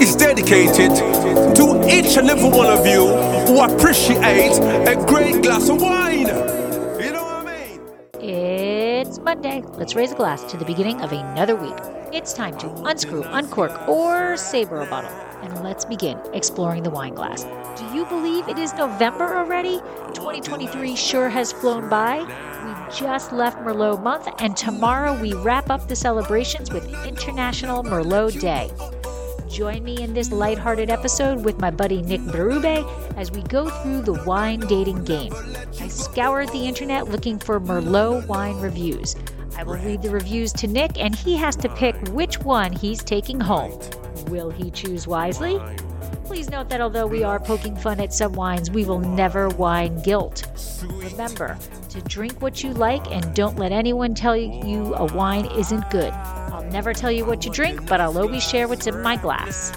dedicated to each and every one of you who appreciate a great glass of wine. You know what I mean? It's Monday. Let's raise a glass to the beginning of another week. It's time to unscrew, uncork, or savor a bottle. And let's begin exploring the wine glass. Do you believe it is November already? 2023 sure has flown by. We just left Merlot month, and tomorrow we wrap up the celebrations with International Merlot Day. Join me in this lighthearted episode with my buddy Nick Berube as we go through the wine dating game. I scoured the internet looking for Merlot wine reviews. I will read the reviews to Nick, and he has to pick which one he's taking home. Will he choose wisely? Please note that although we are poking fun at some wines, we will never wine guilt. Remember to drink what you like and don't let anyone tell you a wine isn't good. I'll never tell you what to drink, but I'll always share what's in my glass.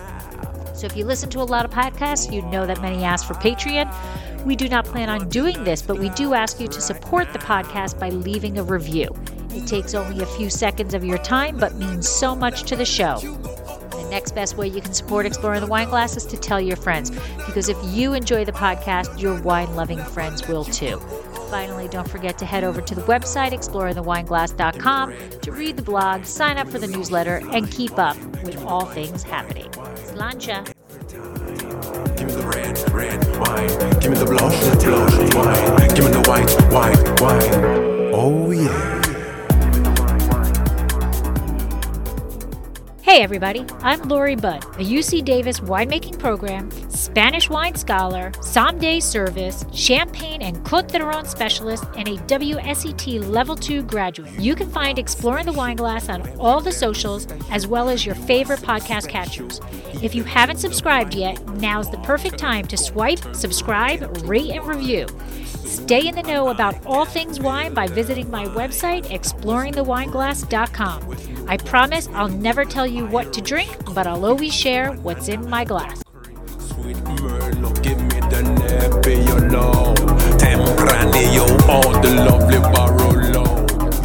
So if you listen to a lot of podcasts, you know that many ask for Patreon. We do not plan on doing this, but we do ask you to support the podcast by leaving a review. It takes only a few seconds of your time, but means so much to the show. The next best way you can support Exploring the Wine Glass is to tell your friends, because if you enjoy the podcast, your wine loving friends will too. Finally, don't forget to head over to the website, exploringthewineglass.com, to read the blog, sign up for the newsletter, and keep up with all things happening. Slancha. Give me the red, red wine. Give me the blush, blush wine. Give me the white, white wine. Oh yeah. Hey, everybody, I'm Lori Budd, a UC Davis winemaking program, Spanish wine scholar, sommelier service, champagne and Côte d'Aron specialist, and a WSET Level 2 graduate. You can find Exploring the Wine Glass on all the socials, as well as your favorite podcast catchers. If you haven't subscribed yet, now's the perfect time to swipe, subscribe, rate, and review. Stay in the know about all things wine by visiting my website, exploringthewineglass.com. I promise I'll never tell you what to drink, but I'll always share what's in my glass. Sweet Merlot, give me the Nebbiolo. Tempranillo, all the lovely Barolo.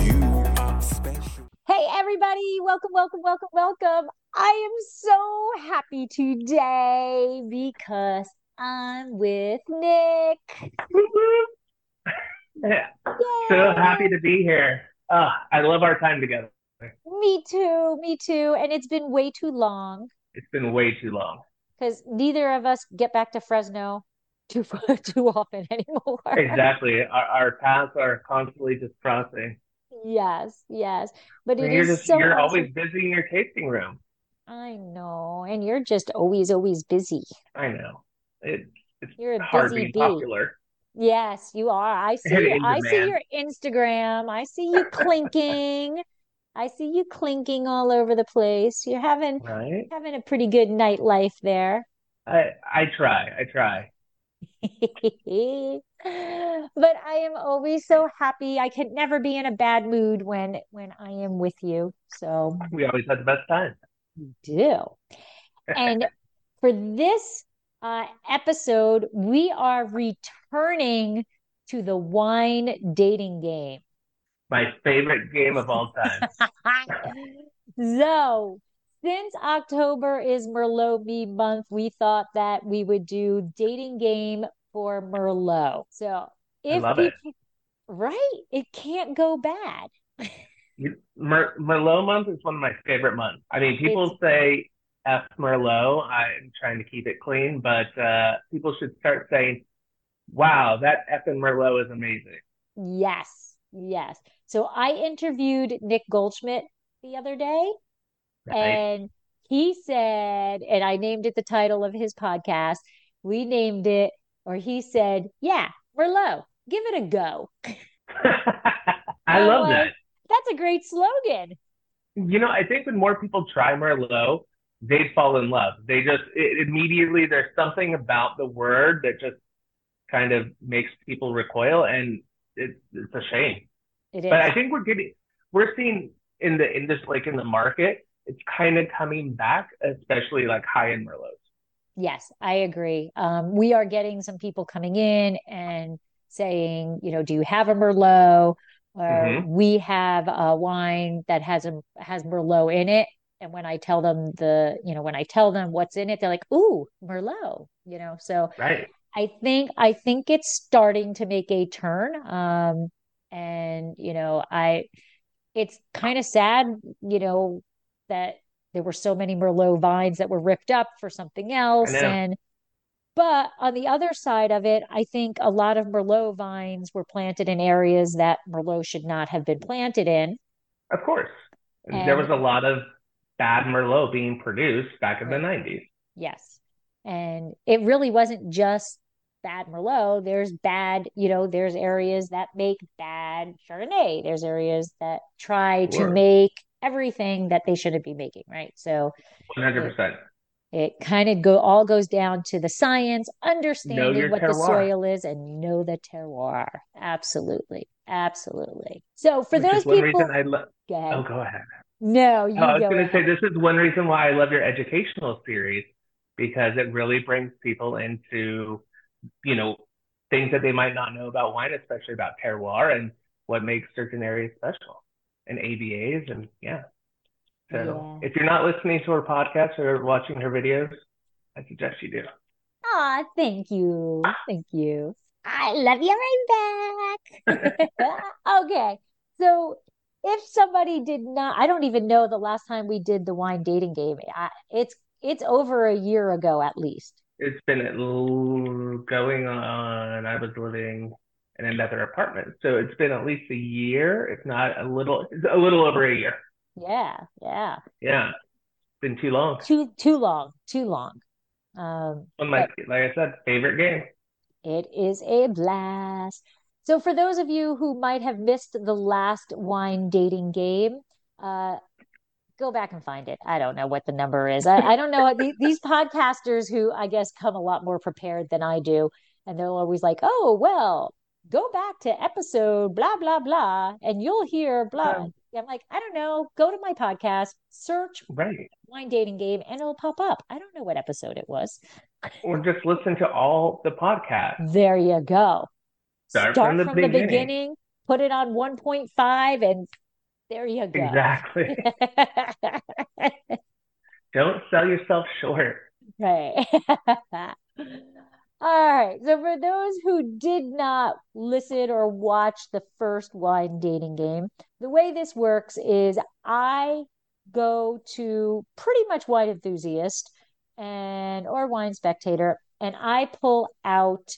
You are special. Hey, everybody, welcome, welcome, welcome, welcome. I am so happy today because I'm with Nick. so Yay! happy to be here. Uh, I love our time together. Me too, me too. And it's been way too long It's been way too long. because neither of us get back to Fresno too too often anymore. Exactly. our, our paths are constantly just crossing. Yes, yes. But it And you're is just so you're awesome. always busy in your tasting room. I know. And you're just always, always busy. I know. It, it's You're a hard busy being bee. popular. Yes, you are. I see is a I see man. your Instagram. I see you clinking. I see you clinking all over the place. You're having Right? having a pretty good nightlife there. I I try. I try. But I am always so happy. I can never be in a bad mood when when I am with you. So We always had the best time. you do. And for this uh, episode, we are returning to the wine dating game. My favorite game of all time. so, since October is Merlot Me month, we thought that we would do dating game for Merlot. So, if love we it. can- right, it can't go bad. You- Mer- Merlot month is one of my favorite months. I mean, people It's- say F Merlot. I'm trying to keep it clean, but uh, people should start saying, wow, that F and Merlot is amazing. Yes, yes. So, I interviewed Nick Goldschmidt the other day. Right? And he said, and I named it the title of his podcast. We named it, or he said, yeah, Merlot, give it a go. I I'm love like- that. That's a great slogan. You know, I think when more people try Merlot, they fall in love. They just it, immediately there's something about the word that just kind of makes people recoil, and it's it's a shame. It is. But I think we're getting, we're seeing in the in this like in the market, it's kind of coming back, especially like high end Merlots. Yes, I agree. Um, we are getting some people coming in and saying, you know, do you have a Merlot? Or Mhm. we have a wine that has a has Merlot in it, and when I tell them the, you know, when I tell them what's in it, they're like, "Ooh, Merlot," you know. So Right. I think I think it's starting to make a turn. Um, and you know, I it's kind of sad, you know, that there were so many Merlot vines that were ripped up for something else. know. And but on the other side of it, I think a lot of Merlot vines were planted in areas that Merlot should not have been planted in. Of course. there was And- a lot of bad Merlot being produced back in the 90s. Yes. And it really wasn't just bad Merlot. There's bad, you know, there's areas that make bad Chardonnay. There's areas that try to Sure. make everything that they shouldn't be making, right? So 100%. it kind of go all goes down to the science, understanding your what the terroir. soil is and know the terroir. Absolutely. Absolutely. So for Which is those one people, reason I love. go ahead. Oh, go ahead. No, you Oh, I was go going ahead. to say this is one reason why I love your educational series because it really brings people into, you know, things that they might not know about wine, especially about terroir and what makes certain areas special and ABAs and yeah. So Yeah. if you're not listening to her podcast or watching her videos, I suggest you do. Aw, thank you. Thank you. I love you right back. Okay. So if somebody did not, I don't even know the last time we did the wine dating game. I, it's it's over a year ago at least. It's been at l- going on. I was living in another apartment, so it's been at least a year, if not a little, it's a little over a year. Yeah, yeah. Yeah, it's been too long. Too too long, too long. Um, One of my, like I said, favorite game. It is a blast. So, for those of you who might have missed the last wine dating game, uh, go back and find it. I don't know what the number is. I, I don't know. The- These podcasters who I guess come a lot more prepared than I do, and they're always like, oh, well, go back to episode blah, blah, blah, and you'll hear blah. I'm like, I don't know. Go to my podcast, search Right. wine dating game, and it'll pop up. I don't know what episode it was. Or just listen to all the podcasts. There you go. Start from the beginning. put it on 1.5, and there you go. Exactly. Don't sell yourself short. Right. All right. So, for those who did not listen or watch the first wine dating game, the way this works is I go to pretty much wine enthusiast and or wine spectator, and I pull out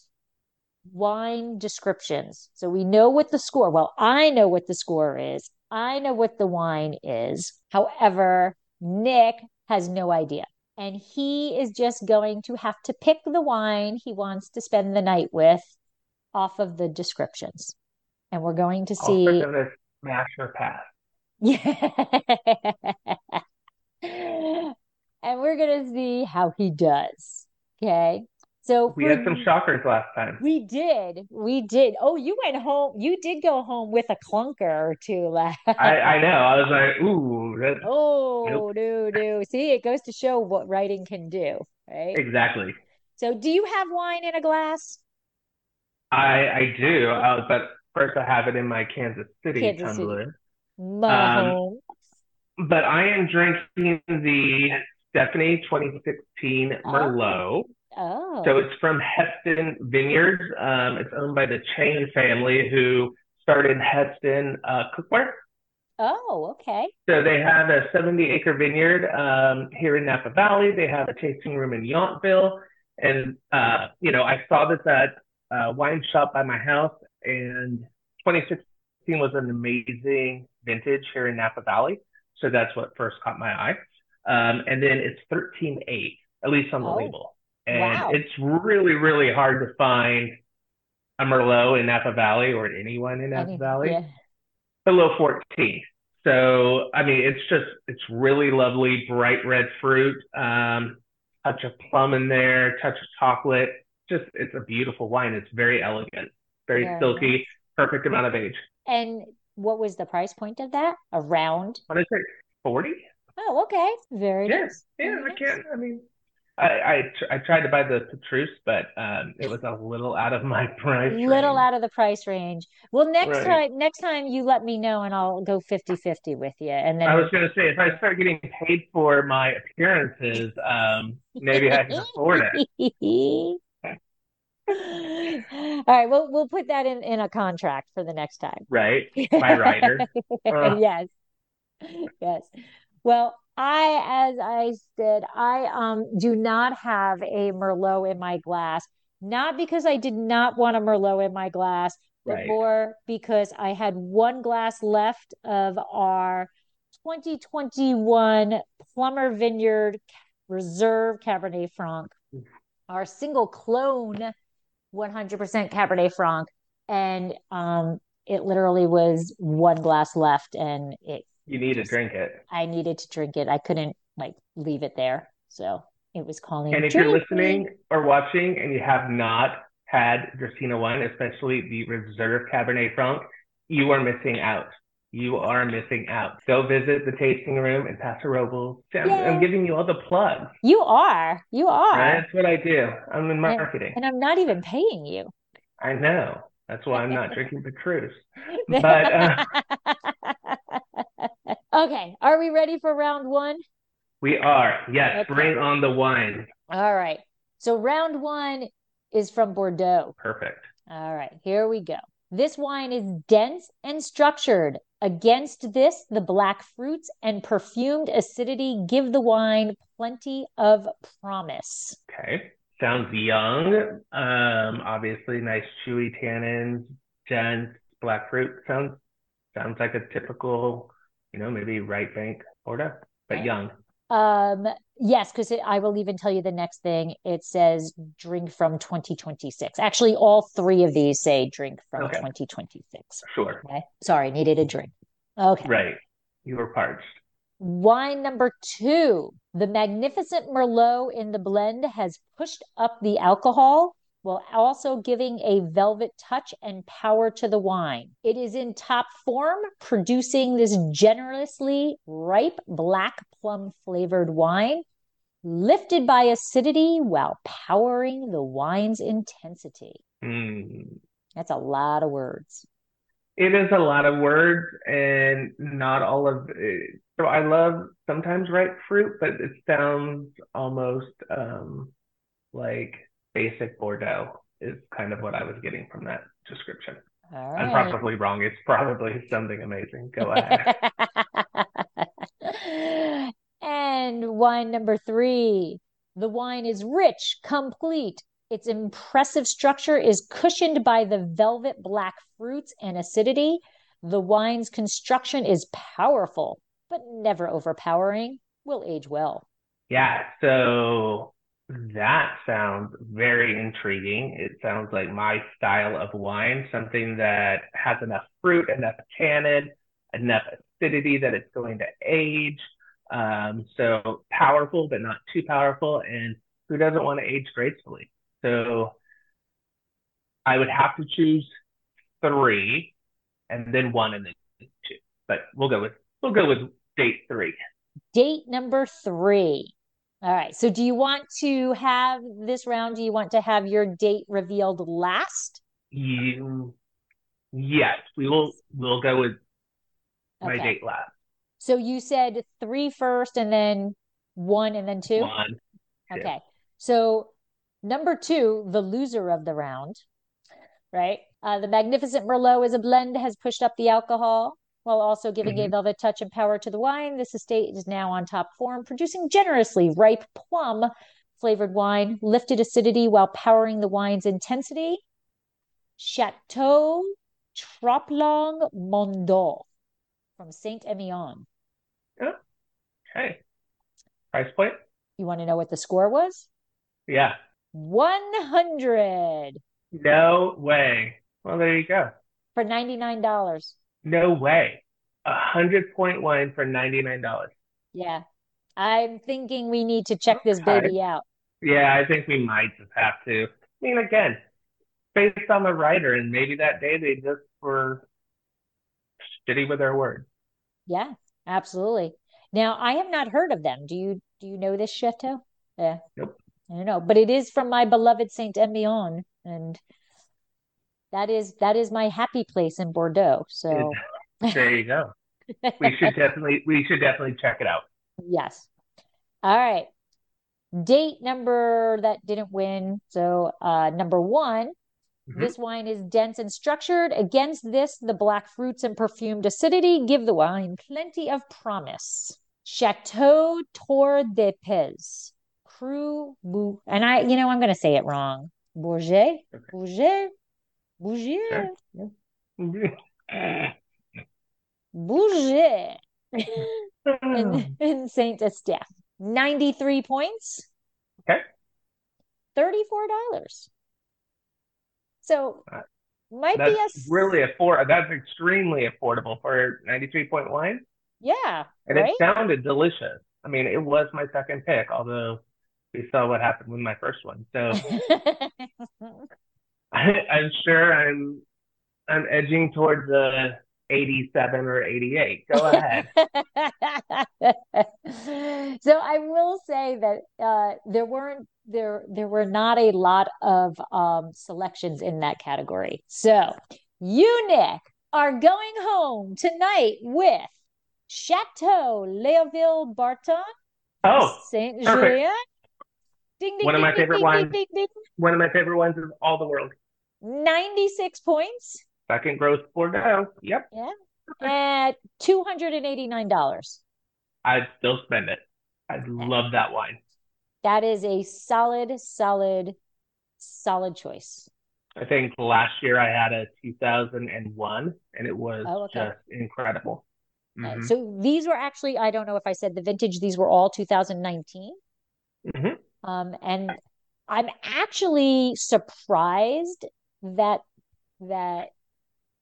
wine descriptions. So we know what the score, well, I know what the score is. I know what the wine is. However, Nick has no idea and he is just going to have to pick the wine he wants to spend the night with off of the descriptions. And we're going to All see. of this smash or pass. and we're going to see how he does. Okay. So We for had some shockers last time. we did. We did. Oh, you went home. You did go home with a clunker or two last. I, I know. I was like, ooh, that, Oh, no, no. See, it goes to show what writing can do, right? exactly. So, do you have wine in a glass? I, I do. Uh, but first, I have it in my Kansas City Kansas City. tumbler. Um, Mahone. But I am drinking the Stephanie 2016 Uh-huh. Merlot. Oh, So it's from Heston Vineyards. Um, it's owned by the Chain family who started Heston uh, Cookware. oh, okay. So they have a 70 acre vineyard um, here in Napa Valley. They have a tasting room in Yountville. And, uh, you know, I saw this at a wine shop by my house, and 2016 was an amazing vintage here in Napa Valley. So that's what first caught my eye. Um, and then it's 13.8, at least on the Oh, label. And wow. it's really, really hard to find a Merlot in Napa Valley or anyone in I Napa mean, Valley yeah. below 14. So, I mean, it's just, it's really lovely, bright red fruit, um, touch of plum in there, touch of chocolate. Just, it's a beautiful wine. It's very elegant, very Very silky, perfect amount of age. And what was the price point of that? Around? What is it, 40? Oh, okay. Very Yeah, nice. Yeah, Very I nice. can't, I mean, I I, tr- I tried to buy the Petrus, but um, it was a little out of my price. little range. out of the price range. Well, next Right. time, next time you let me know, and I'll go 50-50 with you, and then I was gonna say if I start getting paid for my appearances, um, maybe I can afford it. All right, we'll we'll put that in in a contract for the next time. Right? My rider. Uh. Yes. Yes. Well, I, as I said, I um do not have a Merlot in my glass, not because I did not want a Merlot in my glass, but Right. more because I had one glass left of our 2021 Plummer Vineyard Reserve Cabernet Franc, our single clone 100% Cabernet Franc, and um, it literally was one glass left, and it You need to drink it. I needed to drink it. I couldn't like leave it there, so it was calling. And if you're "Drink listening or watching and you have not had Dracena One, especially the Reserve Cabernet Franc, you are missing out. You are missing out. Go visit the tasting room in Paso Robles. See, I'm, I'm Yay. giving you all the plugs. me." You are, you are, Right? That's what I do. I'm in marketing. and I'm not even paying you. I know. That's why I'm not drinking Petrus. But uh, okay, are we ready for round one? we are. Yes, Okay. bring on the wine. All right. So round one is from Bordeaux. Perfect. All right, here we go. This wine is dense and structured. Against this, the black fruits and perfumed acidity give the wine plenty of promise. Okay. Sounds young. Um, obviously nice chewy tannins, dense black fruit. Sounds sounds like a typical, you know, maybe right bank Bordeaux, but Right. young. Um, yes, because I will even tell you the next thing. It says drink from 2026. Actually, all three of these say drink from Okay. 2026. Sure. Okay. Sorry, needed a drink. Okay. Right. You were parched. Wine number two, the magnificent Merlot in the blend has pushed up the alcohol while also giving a velvet touch and power to the wine. It is in top form, producing this generously ripe black plum flavored wine, lifted by acidity while powering the wine's intensity. Hmm. That's a lot of words. It is a lot of words and not all of it. So I love sometimes ripe fruit, but it sounds almost um like basic Bordeaux is kind of what I was getting from that description. All I'm right. probably wrong. It's probably something amazing. Go ahead. and wine number three. The wine is rich, complete. Its impressive structure is cushioned by the velvet black fruits and acidity. The wine's construction is powerful, but never overpowering. Will age well. yeah. So that sounds very intriguing. It sounds like my style of wine, something that has enough fruit, enough tannin, enough acidity that it's going to age. Um, so powerful, but not too powerful. And who doesn't want to age gracefully? So I would have to choose three and then one and then two. But we'll go with we'll go with date three. Date number three. All right. So, do you want to have this round? Do you want to have your date revealed last? You, yes, we will. We'll go with my date last So you said three first and then one and then two? one. two. Okay. So number two, the loser of the round, right? Uh, the Magnificent Merlot is a blend, has pushed up the alcohol while also giving a Mhm. velvet touch and power to the wine. This estate is now on top form, producing generously ripe plum flavored wine, lifted acidity while powering the wine's intensity. Chateau Troplong Mondor from Saint Emilion. Okay. Price point? You want to know what the score was? Yeah. 100 No way. Well, there you go. for $99. No way. A hundred point wine for ninety nine dollars. Yeah. I'm thinking we need to check this baby out. Yeah, I think we might just have to. I mean, again, based on the writer, and maybe that day they just were shitty with their words. Yeah, absolutely. Now, I have not heard of them. Do you do you know this chateau? Yeah. Nope. I don't know, but it is from my beloved Saint Emilion, and that is that is my happy place in Bordeaux. So There you go. We should definitely we should definitely check it out. yes, all right. Date number that didn't win. So uh, number one, Mhm. this wine is dense and structured. Against this, the black fruits and perfumed acidity give the wine plenty of promise. Chateau Tour de Pez, Cru Bou, and I, you know, I'm going to say it wrong. Bourget, Bourget, Bourget. Sure. Bouger Hmm. in, in Saint Estef. 93 points. Okay. $34. So Uh, might be That's a s- really afford that's extremely affordable for ninety three point wine. yeah, And right? it sounded delicious. I mean, it was my second pick, although we saw what happened with my first one. So I, I'm sure I'm I'm edging towards the 87 or 88. Go ahead. so I will say that uh, there weren't there there were not a lot of um, selections in that category. So you, Nick, are going home tonight with Chateau Leoville Barton, Oh, Saint perfect. Julien. Ding ding One of ding my ding, favorite ding, wines. ding ding one of my favorite ones is All the World. ding. Ninety six points Second gross Bordeaux. Yep. at two hundred and eighty nine dollars. I'd still spend it. I love that wine. That is a solid, solid, solid choice. I think last year I had a 2001 and it was Oh, okay. just incredible. Uh, Mhm. So these were actually, I don't know if I said the vintage, these were all 2019. Mhm. Um, and I'm actually surprised that that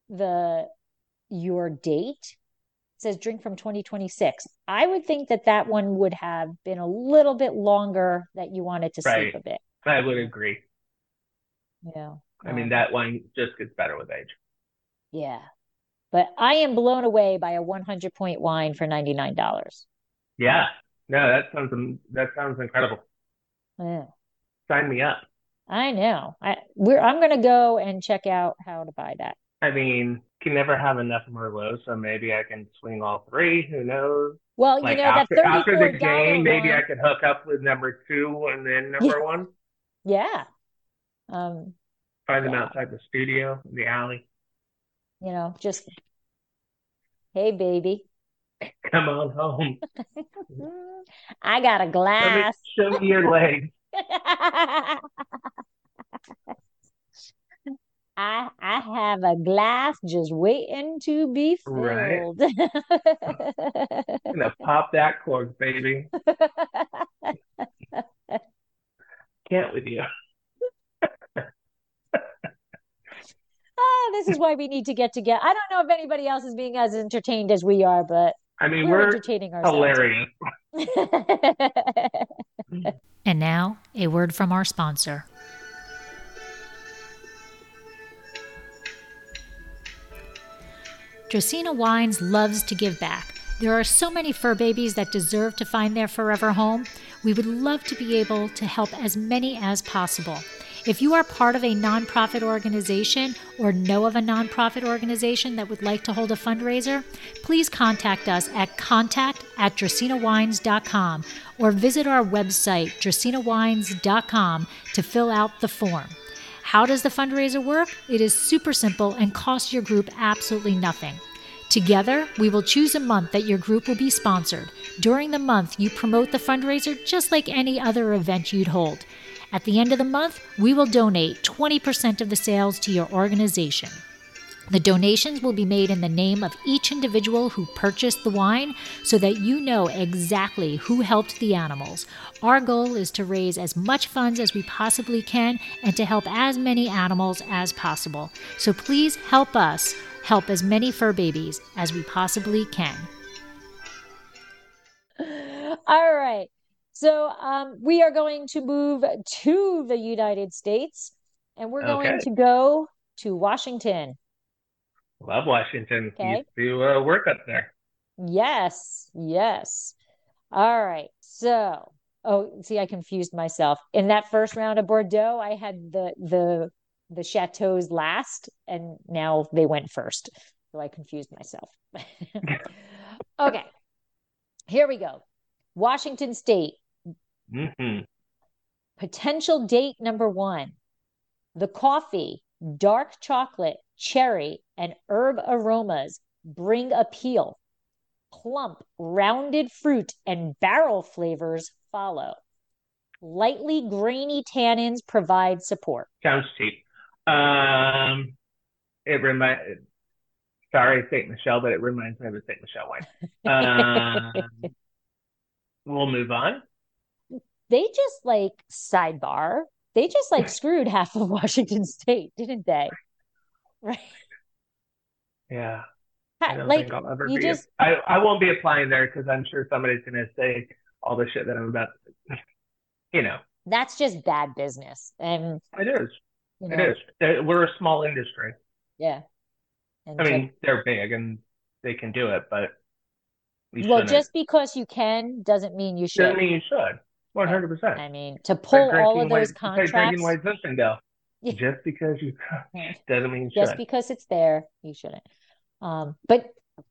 the your date says drink from 2026. I would think that that one would have been a little bit longer that you wanted to Right. sleep a bit. I would agree. Yeah. I mean, that wine just gets better with age. Yeah. But I am blown away by a 100 point wine for $99. Yeah. No, that sounds am- that sounds incredible. Yeah. Sign me up. I know. I we're I'm gonna go and check out how to buy that. I mean, can never have enough Merlot, so maybe I can swing all three. Who knows? Well, you Like know after that after the thirty-four dollar game, maybe I could hook up with number two and then number one. yeah. Um, Find them Yeah. outside the studio, in the alley. you know, just hey, baby, Mm, Come on home. I got a Show me, glass. show me your legs. I I have a glass just waiting to be Right. filled. I'm gonna pop that cork, baby. Can't with you. Ah, this is why we need to get together. I don't know if anybody else is being as entertained as we are, but I mean, we're we're entertaining ourselves. hilarious. And now, a word from our sponsor. Dracena Wines loves to give back. There are so many fur babies that deserve to find their forever home. We would love to be able to help as many as possible. If you are part of a nonprofit organization or know of a nonprofit organization that would like to hold a fundraiser, please contact us at contact at dracenawines.com or visit our website, dracenawines.com, to fill out the form. How does the fundraiser work? It is super simple and costs your group absolutely nothing. Together, we will choose a month that your group will be sponsored. During the month, you promote the fundraiser just like any other event you'd hold. At the end of the month, we will donate 20% of the sales to your organization. The donations will be made in the name of each individual who purchased the wine so that you know exactly who helped the animals. Our goal is to raise as much funds as we possibly can and to help as many animals as possible. So please help us help as many fur babies as we possibly can. All right. So um, we are going to move to the United States and we're going Okay. to go to Washington. Love Washington. Okay. Used to uh, work up there. Yes, yes. All right. So Oh, see, I confused myself. In that first round of Bordeaux, I had the the the chateaus last, and now they went first. So I confused myself. okay. Here we go. Washington State, hmm potential date number one. The coffee, dark chocolate, cherry, and herb aromas bring appeal. Plump, rounded fruit and barrel flavors follow. Lightly grainy tannins provide support. Sounds cheap. Um, it remind. Sorry, Saint Michelle, but it reminds me of a Saint Michelle wine. Um, we'll move on. They just like sidebar. They just like screwed half of Washington State, didn't they? Right. Yeah, I Ha- don't Like think I'll ever you be. just- I I won't be applying there because I'm sure somebody's gonna say all the shit that I'm about. you know, that's just bad business. And it is. you It know, is. Uh, We're a small industry. yeah. And I so- mean, they're big and they can do it, but we well, shouldn't. just because you can doesn't mean you doesn't should. mean you should. One hundred percent. I mean, to pull all of those It's like contracts drinking White Zinfandel. Yeah. Just because you doesn't mean you just should. because it's there, you shouldn't. Um, but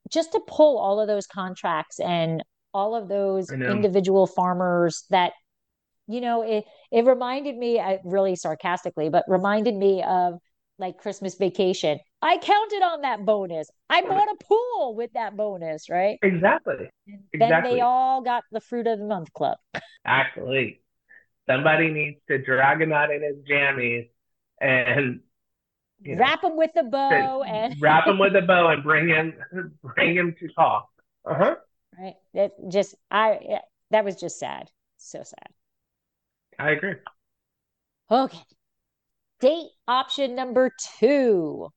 just to pull all of those contracts and all of those I know. individual farmers that, you know, it it reminded me, I really sarcastically, but reminded me of like Christmas vacation. I counted on that bonus. I bought a pool with that bonus, right? exactly. And Then Exactly. they all got the fruit of the month club. Actually, somebody needs to drag him out in his jammies and you know, Wrap them with a bow and wrap him with a bow and bring him bring him to talk. Uh huh. right. That just I yeah, that was just sad. So sad. I agree. Okay. Date option number two.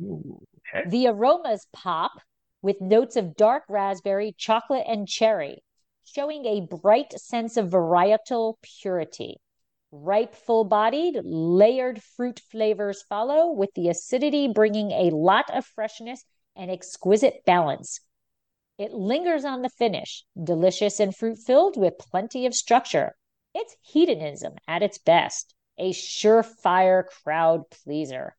Ooh, The aromas pop with notes of dark raspberry, chocolate, and cherry, showing a bright sense of varietal purity. Ripe, full bodied, layered fruit flavors follow, with the acidity bringing a lot of freshness and exquisite balance. It lingers on the finish, delicious and fruit filled with plenty of structure. It's hedonism at its best, a surefire crowd pleaser.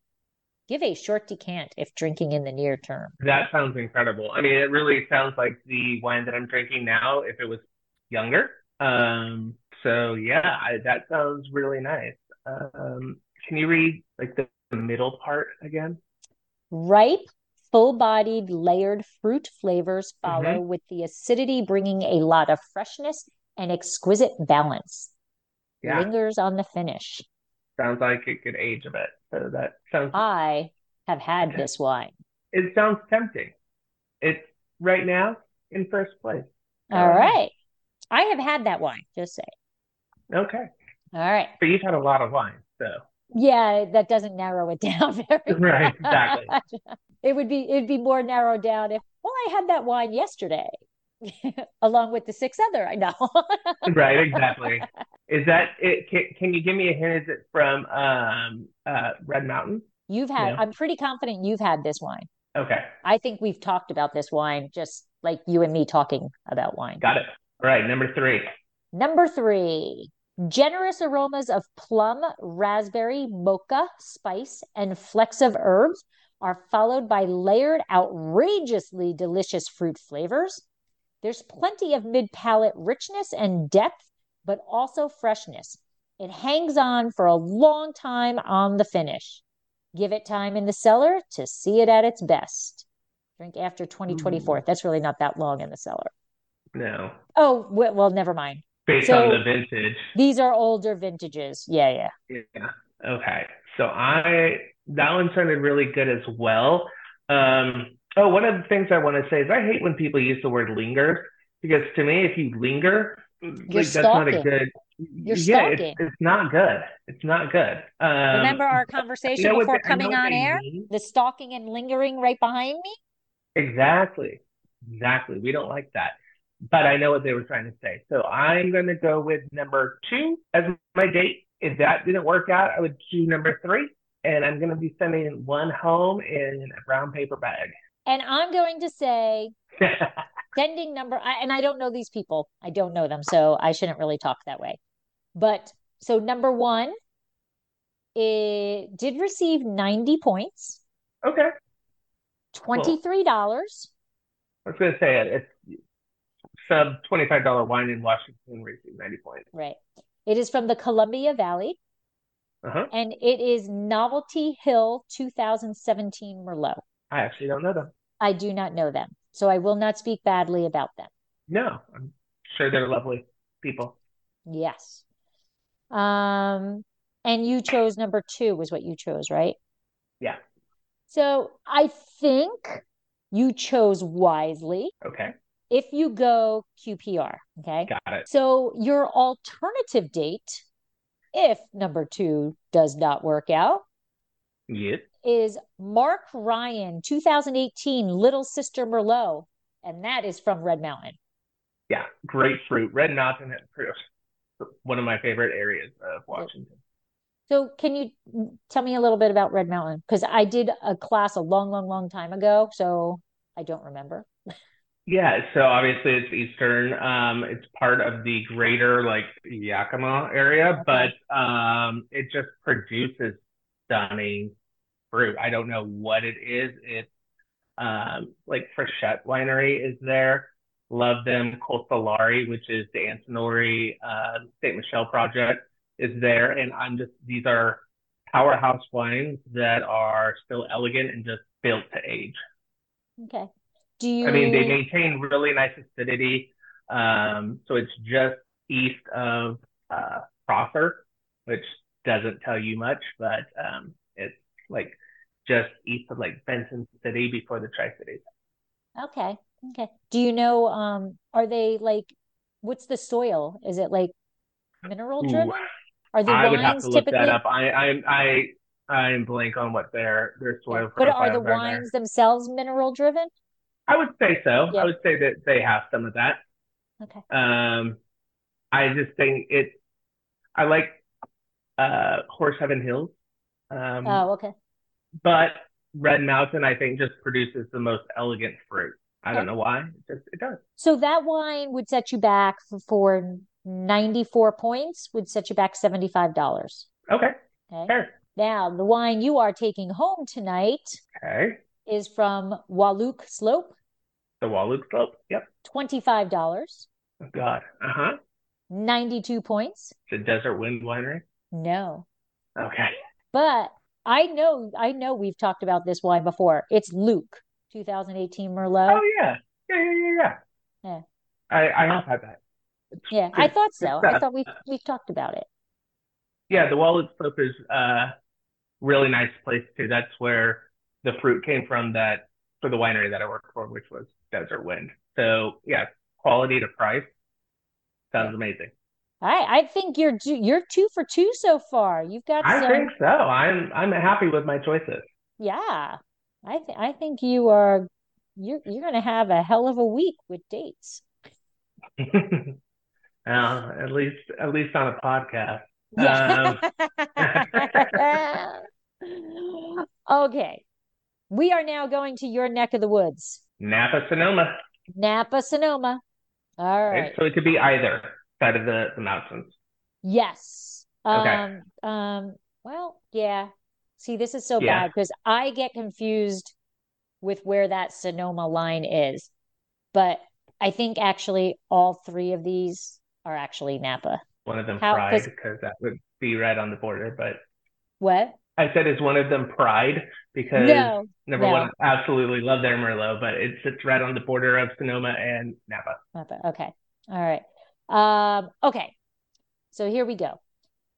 Give a short decant if drinking in the near term. That sounds incredible. I mean, it really sounds like the wine that I'm drinking now if it was younger. Um, so yeah, I, that sounds really nice. Um, can you read like the, the middle part again? Ripe, full bodied, layered fruit flavors Mm-hmm. follow, with the acidity bringing a lot of freshness and exquisite balance. Yeah, Lingers on the finish. sounds like it could age a bit. So that sounds, I have had this wine. it sounds tempting. It's right now in first place. All Fair enough. right. I have had that wine, just say. Okay. All right. But you've had a lot of wine, so. Yeah, that doesn't narrow it down very Right, exactly. much. It would be it'd be more narrowed down if, well, I had that wine yesterday, along with the six other I know. Right, exactly. Is that it? Can, can you give me a hint? Is it from um, uh, Red Mountain? You've had, Yeah. I'm pretty confident you've had this wine. Okay, I think we've talked about this wine, just like you and me talking about wine. got it. All right, number three. Number three, generous aromas of plum, raspberry, mocha, spice, and flecks of herbs are followed by layered, outrageously delicious fruit flavors. There's plenty of mid palate richness and depth, but also freshness. It hangs on for a long time on the finish. Give it time in the cellar to see it at its best. Drink after 2024. That's really not that long in the cellar. No, Oh, w- well, never mind. based So- on the vintage. These are older vintages. Yeah, yeah. Yeah. Okay. So I that one sounded really good as well. Um, oh, one of the things I want to say is I hate when people use the word linger because to me, if you linger, like that's not a stalking. good. You're yeah, it's, stalking. it's not good. It's not good. Um, Remember our you conversation know what before they- I know coming what on they air? mean. The stalking and lingering right behind me? Exactly. Exactly. We don't like that. But I know what they were trying to say. So I'm going to go with number two as my date. If that didn't work out, I would do number three. And I'm going to be sending one home in a brown paper bag. And I'm going to say sending number I, and i don't know these people i don't know them so i shouldn't really talk that way but so number one it did receive 90 points okay. $23 I was going to say it. It's sub $25 wine in Washington received 90 points. right it is from the columbia valley Uh-huh. and it is novelty hill 2017 merlot I actually don't know them. i do not know them so i will not speak badly about them No, I'm sure they're lovely people. yes um and you chose number two was what you chose right Yeah. so i think you chose wisely Okay. if you go QPR, okay? Got it. So your alternative date, if number two does not work out, Yes. is Mark Ryan, 2018 Little Sister Merlot, and that is from Red Mountain. Yeah. Grapefruit. Red Mountain is one of my favorite areas of Washington. So can you tell me a little bit about Red Mountain? Because I did a class a long, long, long time ago, so I don't remember. Yeah. So obviously it's Eastern. Um, it's part of the greater like Yakima area, Okay. but um, it just produces stunning fruit. I don't know what it is. It's um, like Frechette Winery is there. Love them. Costellari, which is the ancillary uh, St. Michelle project, is there. And I'm just, these are powerhouse wines that are still elegant and just built to age. Okay. Do you I mean, they maintain really nice acidity. Um, so it's just east of uh, Prosser, which doesn't tell you much, but um, it's like just east of like Benson City before the Tri Cities. Okay. Okay. Do you know, um, are they like, what's the soil? Is it like mineral Ooh, driven? Are the I would have wines to look that typically, up. I I'm I I'm blank on what their their soil but are the profiles there. wines themselves mineral driven? I would say so. Yeah. I would say that they have some of that. Okay. Um, I just think it. I like uh, Horse Heaven Hills. Um, Oh, okay. but Red Mountain, I think, just produces the most elegant fruit. I don't know why. It just it does. So that wine would set you back for, for 94 points, would set you back $75. Okay. Okay. Fair. Now, the wine you are taking home tonight Okay. is from Waluk Slope, The Walloop Slope. Yep. $25, Oh, God. Uh huh. 92 points. The Desert Wind Winery. No. Okay. But I know, I know we've talked about this wine before. It's Luke, 2018 Merlot. Oh yeah. Yeah yeah yeah yeah. Yeah. I I have had that. yeah, I good- thought good so. I stuff. thought we we talked about it. Yeah, the Walloop Slope is a really nice place too. That's where the fruit came from that for the winery that I worked for, which was Desert Wind. So yeah, quality to price sounds amazing. All right, I think you're ju- you're two for two so far. You've got I some, think so. I'm I'm happy with my choices. yeah. I th I think you are you're you're gonna have a hell of a week with dates. Uh, at least at least on a podcast. Yeah. Um, Okay. We are now going to your neck of the woods, Napa Sonoma. Napa, Sonoma. All right? right. So it could be either side of the, the mountains. Yes. Okay. Um, um, well, yeah. See, this is so Yeah. bad because I get confused with where that Sonoma line is. But I think actually all three of these are actually Napa. One of them How- pride 'cause- because that would be right on the border. But What? I said is one of them pride because No. number no. one, absolutely love their Merlot, but it sits right on the border of Sonoma and Napa. Napa. Okay. All right. Um, okay. So here we go.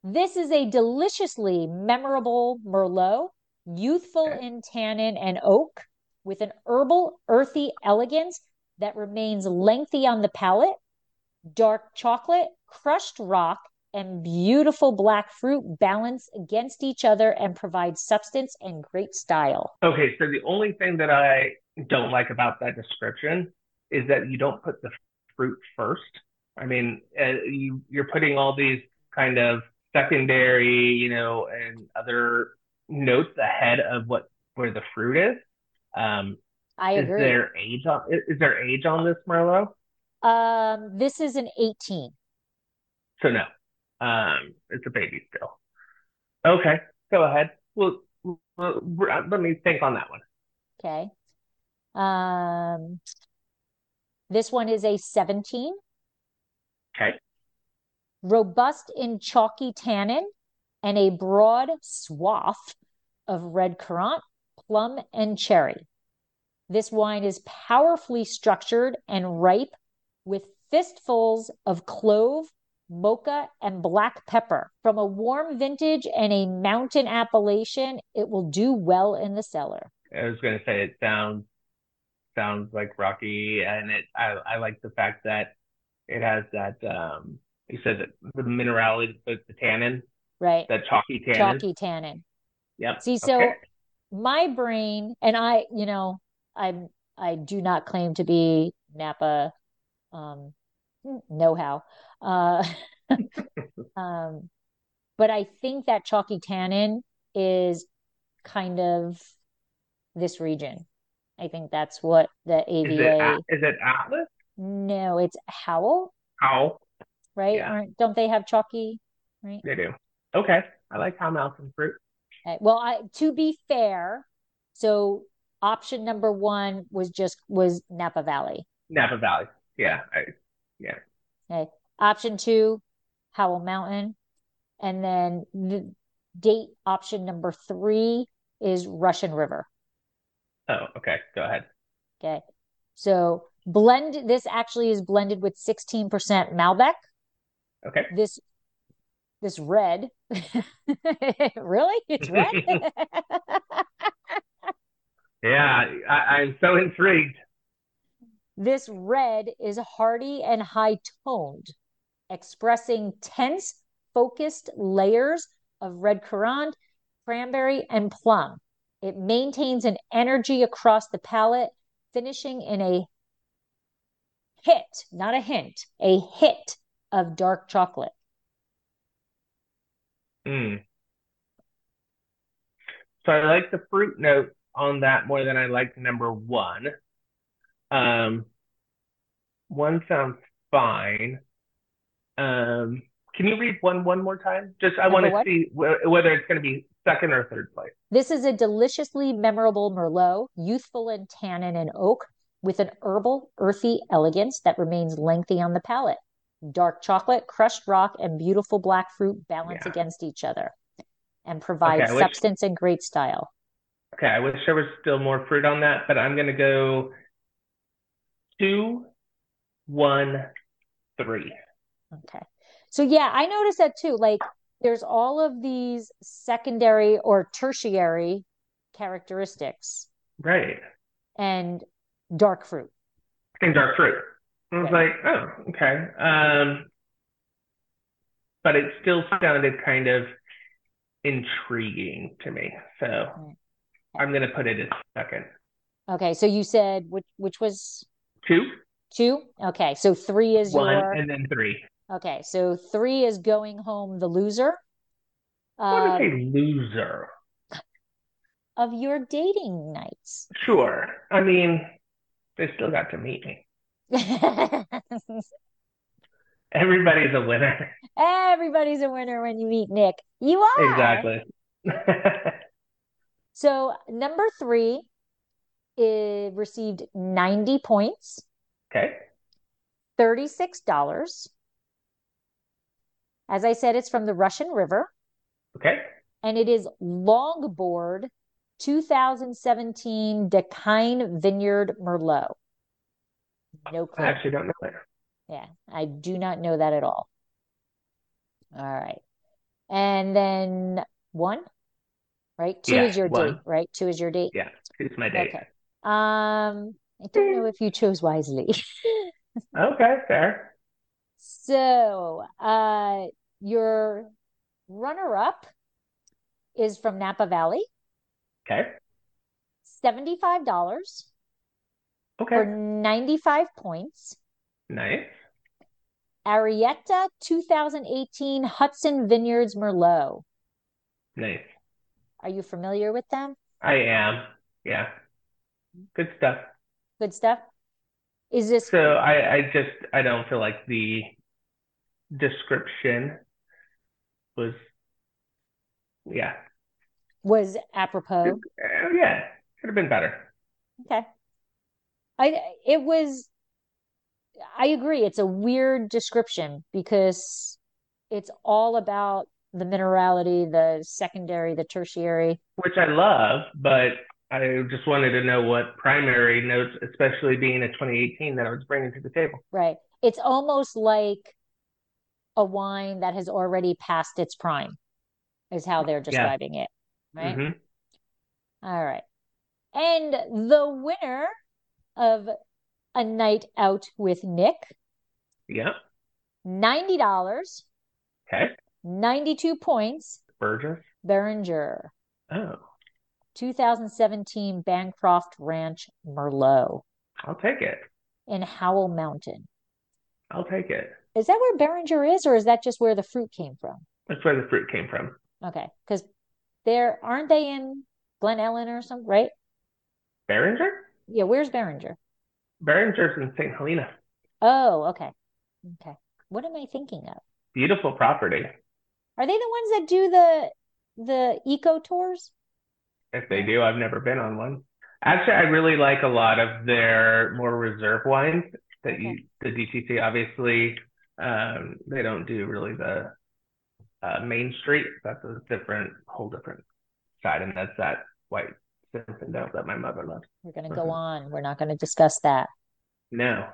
This is a deliciously memorable Merlot, youthful Okay. in tannin and oak, with an herbal, earthy elegance that remains lengthy on the palate. Dark chocolate, crushed rock, and beautiful black fruit balance against each other and provide substance and great style. Okay, so the only thing that I don't like about that description is that you don't put the fruit first. I mean, uh, you you're putting all these kind of secondary, you know, and other notes ahead of what where the fruit is. Um, I is agree. there age on is, is there age on this Merlot? Um, this is an 18. So no. Um, it's a baby still. Okay, go ahead. Well, well, r- let me think on that one. Okay. Um, this one is a 17. Okay. Robust in chalky tannin and a broad swath of red currant, plum, and cherry. This wine is powerfully structured and ripe with fistfuls of clove, mocha, and black pepper. From a warm vintage and a mountain appellation, it will do well in the cellar. I was gonna say it sounds sounds like Rocky, and it I I like the fact that it has that um you said that the minerality, the, the tannin, Right. that chalky tannin. Chalky tannin. Yep. See, so Okay. my brain and I, you know, I'm I do not claim to be Napa um know-how. Uh um but I think that chalky tannin is kind of this region. I think that's what the Is it AVA a- is it Atlas? no, it's Howell, How right? Yeah. Aren't, don't they have chalky, right? they do? Okay, I like how mountain fruit. Okay, Uh, Well, I, to be fair, so option number one was just was Napa Valley. Napa Valley. Yeah, I, Option two, Howell Mountain, and then the date option number three is Russian River. Oh, okay. Go ahead. Okay, so blend this actually is blended with sixteen percent Malbec. Okay. This this red, really? It's red. Yeah, I, I'm so intrigued. This red is hearty and high toned, expressing tense, focused layers of red currant, cranberry, and plum. It maintains an energy across the palate, finishing in a hit, not a hint, a hit of dark chocolate. Mm. So I like the fruit note on that more than I like number one. Um, one sounds fine. Um, can you read one one more time? Just I Number want to what? see wh whether it's going to be second or third place. This is a deliciously memorable Merlot, youthful in tannin and oak, with an herbal, earthy elegance that remains lengthy on the palate. Dark chocolate, crushed rock, and beautiful black fruit balance Yeah. against each other and provide Okay, which- substance and great style. Okay, I wish there was still more fruit on that, but I'm going to go two, one, three. Okay. So, yeah, I noticed that too. Like, there's all of these secondary or tertiary characteristics Right. and dark fruit. and dark fruit. I was Right. like, oh, okay. Um, but it still sounded kind of intriguing to me. So I'm going to put it as second. Okay. So, you said which, which was Two, Two? Okay, so three is one, your and then three. okay, so three is going home the loser I uh, want to say loser. of your dating nights. Sure. I mean, they still got to meet me. Everybody's a winner. Everybody's a winner when you meet Nick. You are. Exactly. So number three it received 90 points, okay. $36. As I said, it's from the Russian River. Okay. and it is Longboard 2017 Dakine Vineyard Merlot. No I clue. actually don't know it. Yeah, I do not know that at all. All right. And then one, right? Two Yeah, is your one. date, right? Two is your date. Yeah. Who's my date? Okay. Um, I don't know if you chose wisely. Okay, fair. So, uh, your runner-up is from Napa Valley, Okay. $75. for Okay. 95 points. Nice. Arietta 2018 Hudson Vineyards Merlot. Nice. Are you familiar with them? I am. Yeah. Good stuff. Good stuff. Is this So I, I just I don't feel like the description was yeah. was apropos? Uh, yeah. Could have been better. Okay. I it was I agree it's a weird description because it's all about the minerality, the secondary, the tertiary. Which I love, but I just wanted to know what primary notes, especially being a 2018, that I was bringing to the table. Right. It's almost like a wine that has already passed its prime, is how they're describing it. Right. Mhm. All right. And the winner of a night out with Nick, Yep. $90, Okay. 92 points, Burgess. Behringer, Oh, 2017 Bancroft Ranch Merlot I'll take it. in Howell Mountain. I'll take it. Is that where Behringer is, or is that just where the fruit came from? That's where the fruit came from. Okay, because there aren't they in Glen Ellen or something, right? Behringer? Yeah, where's Behringer? Behringer's in St. Helena. Oh, okay. Okay. What am I thinking of? Beautiful property. Are they the ones that do the the eco tours? If they do, I've never been on one. Actually, I really like a lot of their more reserve wines that you, the DTC, obviously, um, they don't do really the uh, Main Street. That's a different, whole different side. And that's that white Zinfandel that my mother loves. We're gonna go Mhm. on. We're not gonna discuss that. No,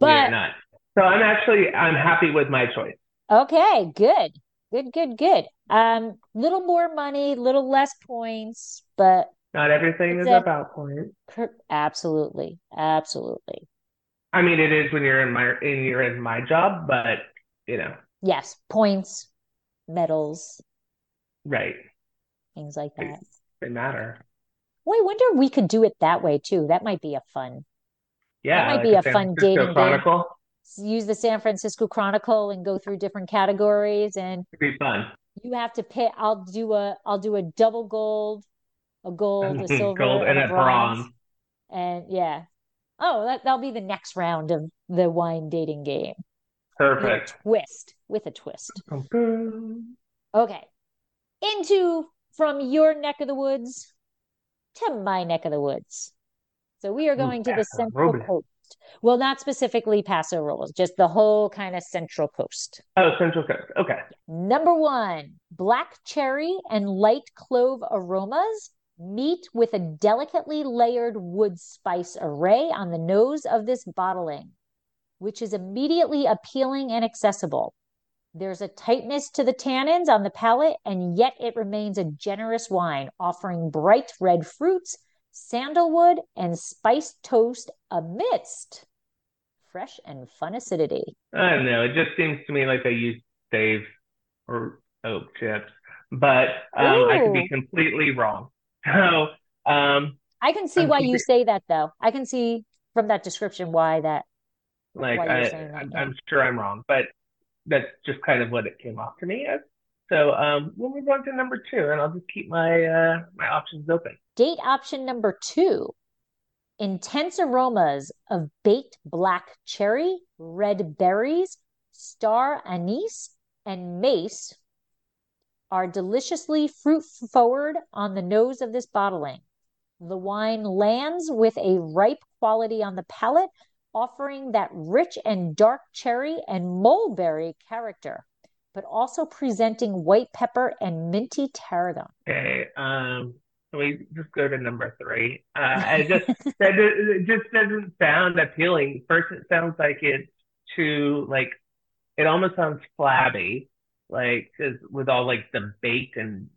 we are But not. So I'm actually, I'm happy with my choice. okay, good. Good, good, good. Um, little more money, little less points, but Not everything is It's a- about points. per- absolutely, absolutely. I mean, it is when you're in my in you're in my job, but you know, Yes, points, medals, right? things like that. It matter. Well, I wonder if we could do it that way too. That might be a fun. Yeah, might like be the a San fun Francisco dating game. Chronicle. Use the San Francisco Chronicle and go through different categories, and It'd be fun. you have to pick. I'll do a. I'll do a double gold, a gold, a silver, Gold and a a bronze. And yeah. Oh, that that'll be the next round of the wine dating game. With a Perfect. twist with a twist. Boom, boom. Okay. Into from your neck of the woods to my neck of the woods. So we are Ooh, going to the Paso central Robles. coast. Well, not specifically Paso Robles, just the whole kind of central coast. Oh, Central Coast. Okay. Number one, black cherry and light clove aromas meet with a delicately layered wood spice array on the nose of this bottling, which is immediately appealing and accessible. There's a tightness to the tannins on the palate, and yet it remains a generous wine, offering bright red fruits, sandalwood, and spiced toast amidst fresh and fun acidity. I don't know. It just seems to me like they use stave or oak chips, but um, I could Ooh. be completely wrong. So, um, I can see I'm why you keeping- say that though. I can see from that description why that. like Why you're I, saying that, I'm, yeah. I'm sure I'm wrong, but that's just kind of what it came off to me as. So, um, we'll move on to number two, and I'll just keep my uh, my options open. Date option number two intense aromas of baked black cherry, red berries, star anise, and mace are deliciously fruit forward on the nose of this bottling. The wine lands with a ripe quality on the palate, offering that rich and dark cherry and mulberry character, but also presenting white pepper and minty tarragon. Okay, um, can we just go to number three? Uh, I just that it just doesn't sound appealing. First, it sounds like it's too like it almost sounds flabby, like 'cause with all like the baked and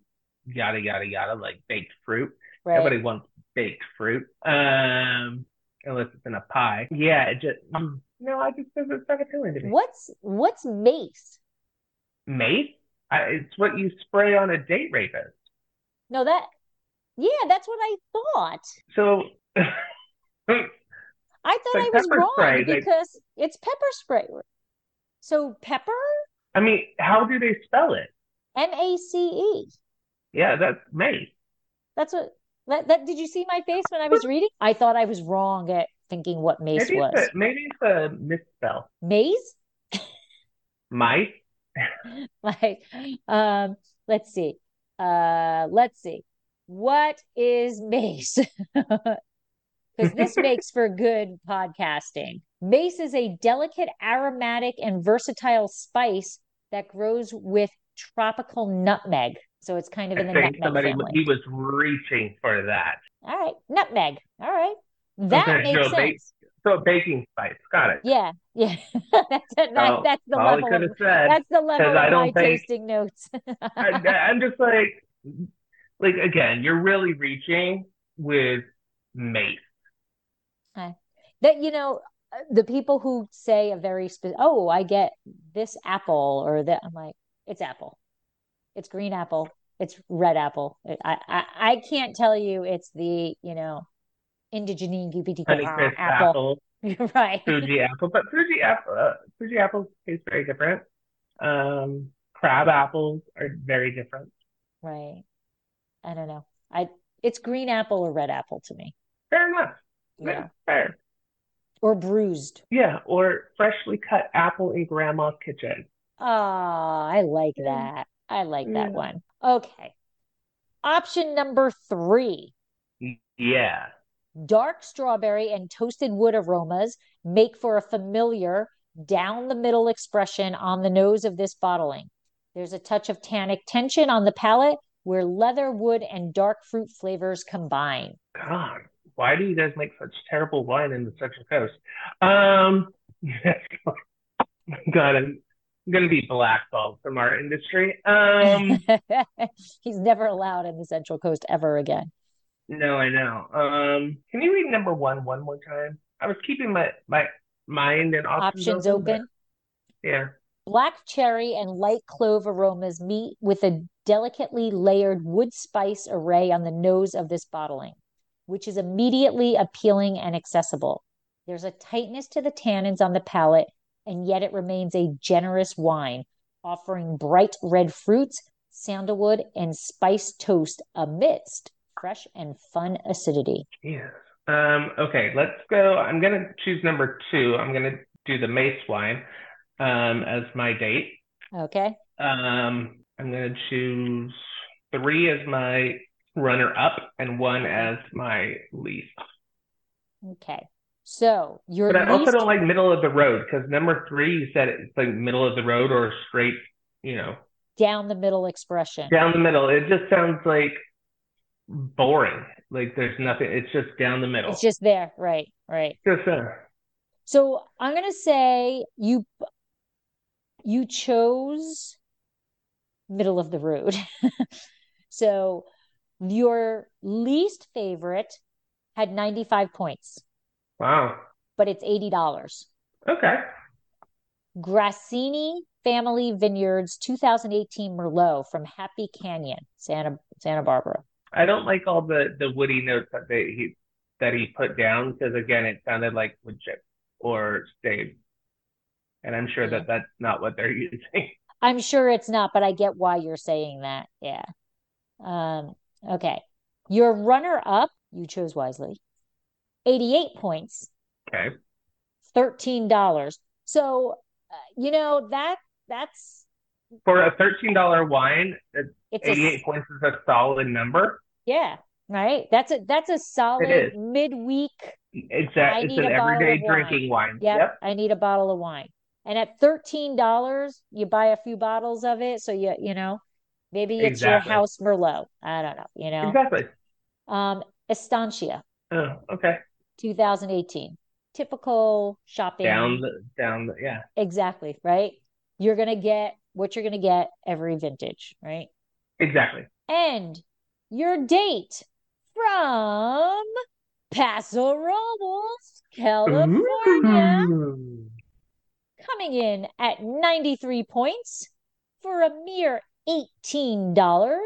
yada yada yada, like baked fruit. Right. Nobody wants baked fruit, um, unless it's in a pie. Yeah, it just um, no, I just it's not appealing to me. What's what's mace? Mace? I, it's what you spray on a date rapist. No, that yeah, that's what I thought. So. I thought Like I was pepper wrong spray, like- because it's pepper spray. So pepper, I mean, how do they spell it? M A C E. Yeah, that's Mace. That's what That, that did you see my face when I was reading? I thought I was wrong at thinking what mace Maybe was. it's a, maybe it's a misspell. Maze? Mice. Like, um, let's see. Uh, let's see. What is mace? Because this makes for good podcasting. Mace is a delicate, aromatic, and versatile spice that grows with tropical nutmeg. So it's kind of I in the think nutmeg somebody family. he was reaching for that. All right, nutmeg. All right, that Okay, makes so ba- sense. So a baking spice. Got it. Yeah, yeah. that's that, Oh, that's the Molly level. could Of, have said. that's the level of I my don't think- tasting notes. I, I'm just like, like again, you're really reaching with mace. that you know uh, the people who say a very specific oh i get this apple or that i'm like it's apple it's green apple it's red apple i i, I can't tell you it's the you know indigenous Honey LGBTQ crisp apple apple, You're right Fuji apple, but Fuji apple, uh, Fuji apples taste very different. Um, crab apples are very different. right i don't know i it's green apple or red apple to me Fair enough. you know, Yeah, fair. or bruised Yeah, or freshly cut apple in grandma's kitchen. Ah, I like that. I like that Mm. Yeah. one. Okay. Option number three, Yeah. dark strawberry and toasted wood aromas make for a familiar down the middle expression on the nose of this bottling. There's a touch of tannic tension on the palate where leather, wood, and dark fruit flavors combine. God, why do you guys make such terrible wine in the Central Coast? Um, God, I'm gonna be blackballed from our industry. Um, He's never allowed in the Central Coast ever again. no, I know. Um, can you read number one one more time? I was keeping my my mind and options, Options but- open. Yeah, Black cherry and light clove aromas meet with a delicately layered wood spice array on the nose of this bottling, which is immediately appealing and accessible. There's a tightness to the tannins on the palate, and yet it remains a generous wine, offering bright red fruits, sandalwood, and spiced toast amidst fresh and fun acidity. yes. Um, okay, let's go. I'm gonna choose number two. I'm gonna do the Mace wine um, as my date. Okay. Um, I'm going to choose three as my runner up and one as my least. Okay. So your But I also least don't like middle of the road because number three, you said it's like middle of the road or straight, you know, down the middle expression. down the middle. It just sounds like boring. Like there's nothing, it's just down the middle. It's just there. Right. Right. Just, uh, So I'm gonna say you you chose middle of the road. So your least favorite had 95 points, wow. but it's $80. Okay. Grassini Family Vineyards 2018 Merlot from Happy Canyon, Santa Santa Barbara. I don't like all the, the woody notes that they, he, that he put down because again, it sounded like wood chip or stave. And I'm sure Mm-hmm. that that's not what they're using. I'm sure it's not, but I get why you're saying that. Yeah. Um, okay. Your runner up, you chose wisely, 88 points, Okay. $13. So, uh, you know, that that's For a $13 wine, that's it's a 88 points is a solid number. yeah, right? That's a that's a solid is. midweek. It's I a, it's need an a bottle of everyday wine. drinking wine. Yep, I need a bottle of wine. And at $13, you buy a few bottles of it, so you you know, maybe it's your Exactly. house Merlot. I don't know, you know. Exactly. Um, Estancia. Oh, okay. 2018. Typical shopping. Down the, down the, yeah. Exactly, right? You're going to get what you're going to get every vintage, right? Exactly. And your date from Paso Robles, Mm-hmm. California, Ooh. coming in at 93 points for a mere $18.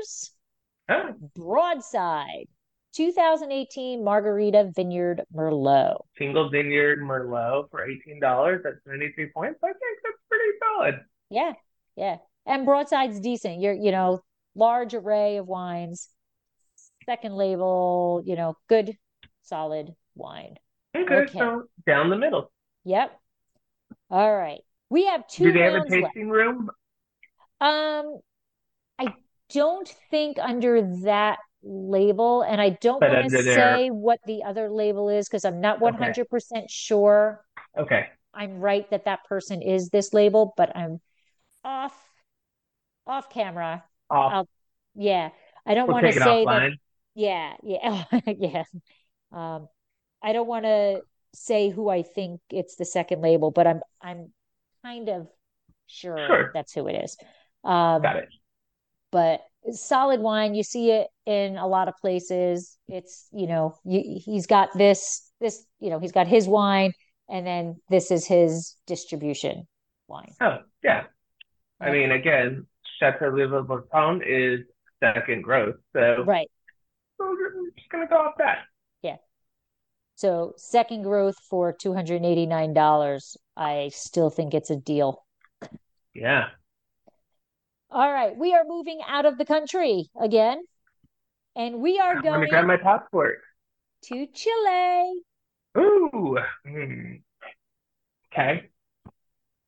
Oh, Broadside, 2018 Margarita Vineyard Merlot. single vineyard Merlot for $18. That's 93 points. I think that's pretty solid. Yeah, yeah. And broadside's decent. You're, you know, large array of wines. second label, you know, good solid wine. Okay, Okay. so down the middle. Yep. All right. We have two Do they have a rounds left. tasting room? Um, I don't think under that label, and I don't But uh, want to under their- say what the other label is because I'm not 100% sure Okay. I'm right that that person is this label, but I'm off off camera. Off. I'll- Yeah. I don't we'll want to take it say that. offline. Yeah, yeah, yeah. Um, I don't want to say who I think it's the second label, but I'm I'm kind of sure Sure. that's who it is. Um, Got it. but solid wine, you see it in a lot of places. It's, you know, you, he's got this this, you know, he's got his wine, and then this is his distribution wine. Oh, yeah. I mean, again, Chateau Riva Breton is second growth. So Right. we're just going to go off that. So second growth for $289. I still think it's a deal. Yeah. All right, we are moving out of the country again, and we are I'm going to going grab my passport. to Chile. Ooh. Hmm. Okay.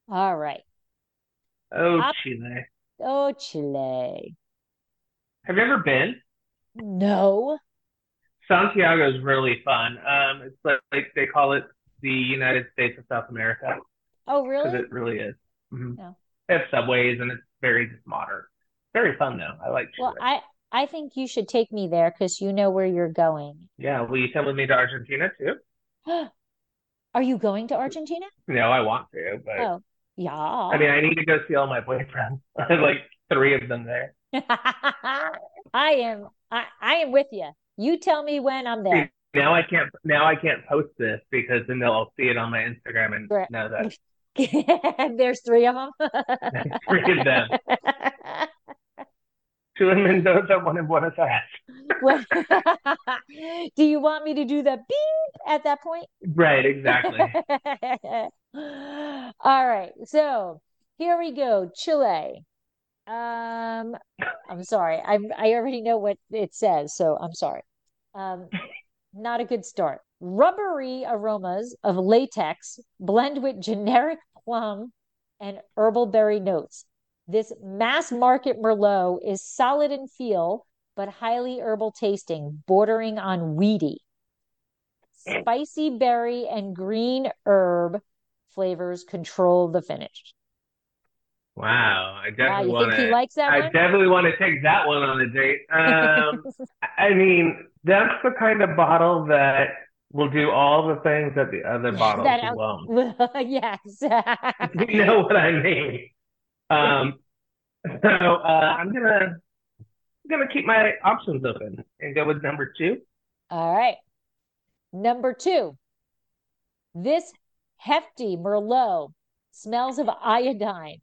All right. Oh, Up. Chile. Oh, Chile. Have you ever been? No. Santiago's really fun. Um, it's like, like they call it the United States of South America Oh, because really? it really is. Mhm. No. They have subways and it's very just modern. Very fun though. I like Well, Chile. I I think you should take me there because you know where you're going. Yeah, will you come with me to Argentina too? Are you going to Argentina? No, I want to, but Oh, yeah. I mean, I need to go see all my boyfriends. I have like three of them there. I am I I am with you. You tell me when I'm there. Now I can't. Now I can't post this because then they'll all see it on my Instagram and Right. know that There's three of them. three of them, two in Mendoza, one in Buenos Aires. What- do you want me to do the beep at that point? Right, exactly. All right. So here we go. Chile. Um, I'm sorry. I I already know what it says, so I'm sorry. Um, not a good start. Rubbery aromas of latex blend with generic plum and herbal berry notes. This mass market Merlot is solid in feel, but highly herbal tasting, bordering on weedy. Spicy berry and green herb flavors control the finish. Wow, Wow, I definitely you want think he to. likes that I one? definitely want to take that one on a date. Um, I mean, that's the kind of bottle that will do all the things that the other bottles That out- won't. yes. you know what I mean. Um, so uh, I'm gonna I'm gonna keep my options open and go with number two. All right. Number two, this hefty Merlot smells of iodine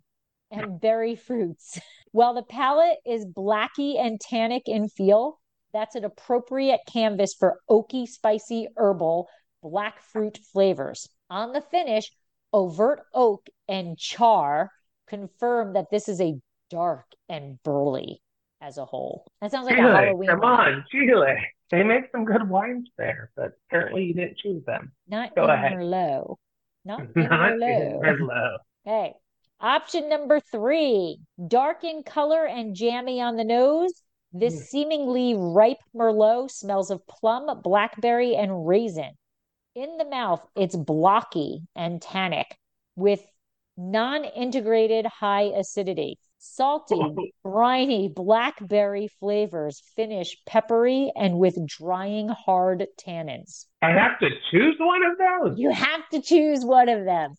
and berry fruits. While the palate is blacky and tannic in feel, that's an appropriate canvas for oaky, spicy, herbal, black fruit flavors. On the finish, overt oak and char confirm that this is a dark and burly as a whole. That sounds like a Chile, Halloween. come one. on, Chile. They make some good wines there, but apparently you didn't choose them. Not Go in ahead. Merlot. Not in Not in Merlot. Merlot. Okay. Option number three, dark in color and jammy on the nose. Hmm. This seemingly ripe Merlot smells of plum, blackberry, and raisin. In the mouth, it's blocky and tannic with non integrated high acidity. Salty, Oh. briny, blackberry flavors finish peppery and with drying hard tannins. I have to choose one of those. You have to choose one of them.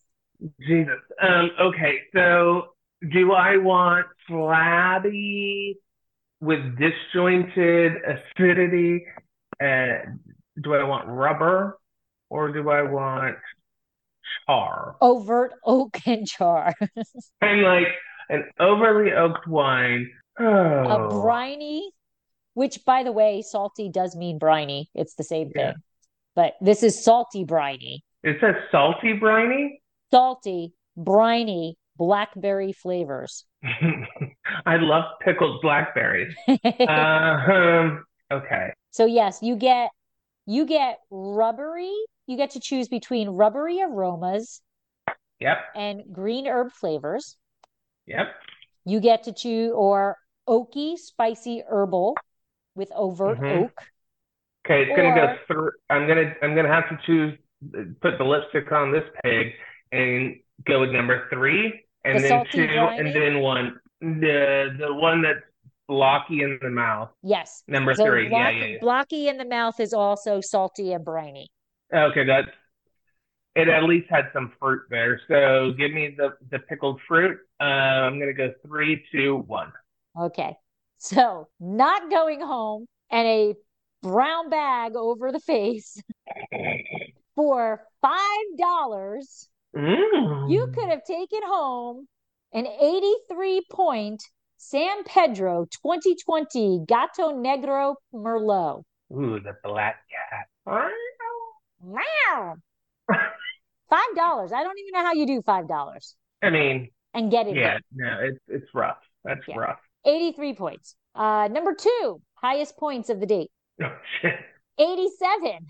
Jesus. Um, okay, so do I want flabby with disjointed acidity? And do I want rubber or do I want char? Overt oak and char, And like an overly oaked wine. a Oh, briny, which by the way, salty does mean briny. It's the same Yeah. thing, but this is salty briny, it says salty briny. salty briny blackberry flavors. Uh, I love pickled blackberries. um, okay. So yes, you get you get rubbery. You get to choose between rubbery aromas Yep. and green herb flavors. Yep. You get to choose or oaky, spicy herbal with overt Mhm. oak. Okay, it's gonna go Or- through. I'm gonna I'm gonna have to choose put the lipstick on this pig and go with number three and The then salty two briny? and then one. The the one that's blocky in the mouth. Yes. Number So three. Yeah, block- yeah, blocky in the mouth is also salty and briny. yeah. Okay, that's it at least had some fruit there. So give me the, the pickled fruit. Uh, I'm gonna go three, two, one. Okay. So not going home and a brown bag over the face for five dollars. You Mm. could have taken home an 83 point San Pedro 2020 Gato Negro Merlot. Ooh, the black cat. Wow. Five dollars. I don't even know how you do five dollars I mean, and get it. yeah, done. no, it's it's rough. That's Yeah. rough. 83 points. Uh, number two, highest points of the date. Oh, shit. 87.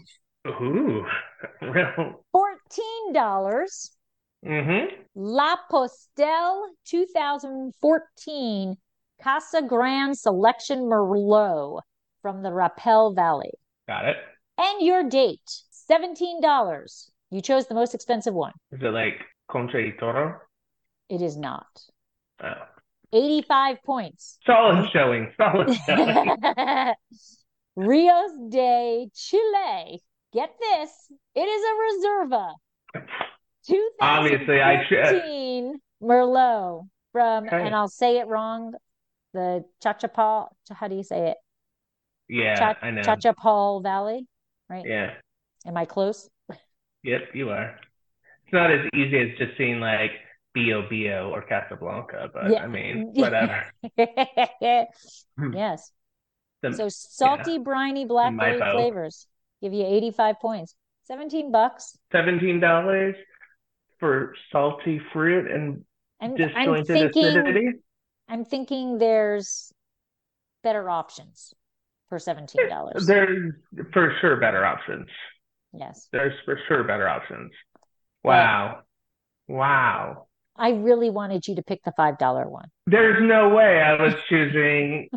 Ooh. Well, $14. mm-hmm. La Postel 2014 Casa Grande Selection Merlot from the Rappel Valley. Got it. And your date, $17. You chose the most expensive one. Is it like Concha y Toro? It is not. Oh. 85 points. Solid showing. Solid showing. Rios de Chile. Get this. It is a Reserva. 2015 Obviously, I should- Merlot from, Okay. and I'll say it wrong, the Chachapal. How do you say it? yeah, Cha- I know. Chachapal Valley, right? Yeah. Am I close? Yep, you are. It's not as easy as just seeing like Bio Bio or Casablanca, but Yeah. I mean, whatever. Hmm. yes. The- So salty, briny blackberry vote. flavors give you 85 points. 17 bucks. Seventeen dollars for salty fruit and I'm, I'm disjointed thinking acidity. I'm thinking there's better options for $17. There's for sure better options. Yes. There's for sure better options. Wow. Wow. I really wanted you to pick the $5 one. There's no way I was choosing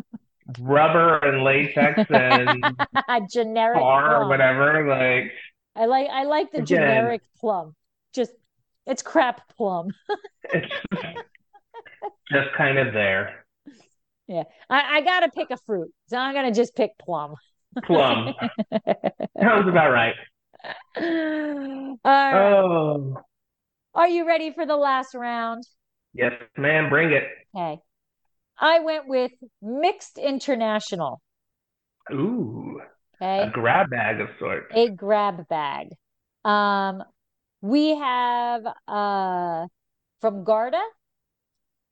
rubber and latex and generic tar or plum. whatever. Like, I like I like the Again. generic plum. Just it's crap plum. it's just kind of there. I, I gotta pick a fruit. So I'm gonna just pick plum. Plum. Sounds about right. All right. Oh, Are you ready for the last round? yes, man, bring it. Okay. I went with mixed international. Ooh, a Okay. grab bag of sorts. A grab bag. Um, we have uh from Garda,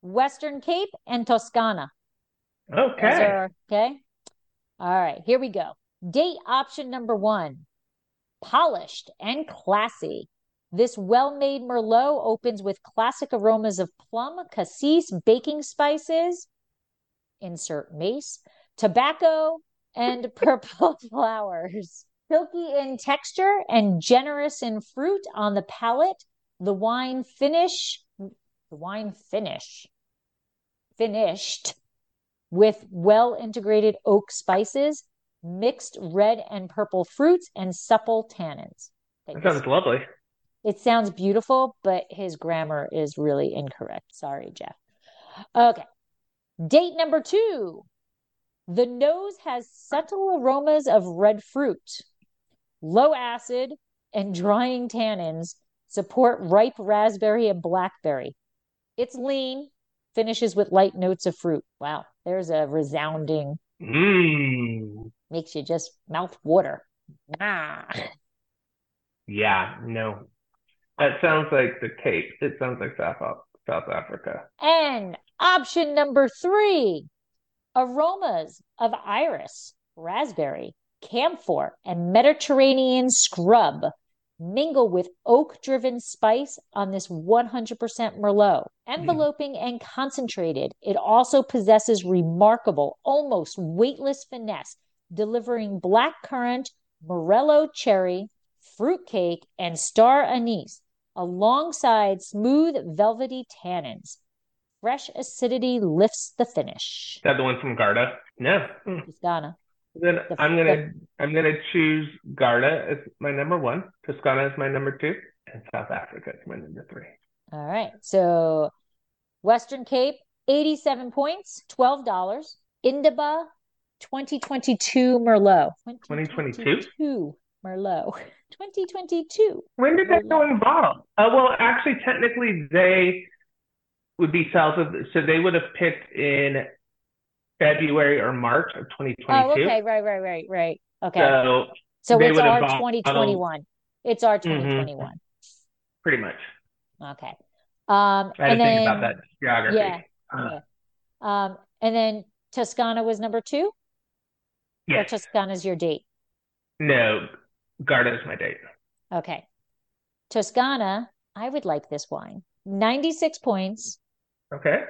Western Cape, and Toscana. Those Okay. are- okay. All right, here we go. Date option number one polished and classy. This well made Merlot opens with classic aromas of plum, cassis, baking spices, insert mace, tobacco, and purple flowers. Silky in texture and generous in fruit on the palate. The wine finish, the wine finish, finished with well integrated oak spices, mixed red and purple fruits, and supple tannins. Okay, this- That sounds lovely. it sounds beautiful, but his grammar is really incorrect. Sorry, Jeff. Okay. Date number two. The nose has subtle aromas of red fruit. Low acid and drying tannins support ripe raspberry and blackberry. It's lean, finishes with light notes of fruit. Wow, there's a resounding, Mmm. makes you just mouth water. Ah. Yeah, no. That sounds like the Cape. It sounds like South Af- South Africa. And option number three aromas of iris, raspberry, camphor, and Mediterranean scrub mingle with oak driven spice on this 100% Merlot. Enveloping and concentrated, it also possesses remarkable, almost weightless finesse delivering blackcurrant, morello cherry, fruitcake, and star anise alongside smooth, velvety tannins. Fresh acidity lifts the finish. Is that the one from Garda? No. Hmm. It's Ghana. Then The- I'm gonna I'm gonna choose Garda as my number one. Toscana is my number two, and South Africa is my number three. All right. So Western Cape, 87 points, $12. Indaba, 2022 Merlot. 2022? 2022 Merlot. Oh, 2022. When did that Merlot. go in bottle? Uh, well, actually, technically, they would be south of, so they would have picked in February or March of 2022. Oh, okay. Right, right, right, right. Okay. So so they it's would our have bought- um, Mm-hmm. 2021. It's our 2021. pretty much. Okay. Um, I had and to then, think about that geography. yeah, yeah. Uh, Um, and then Toscana was number two, or yes. Toscana's your date. No, Garda is my date. Okay. Toscana, I would like this wine. 96 points, Okay.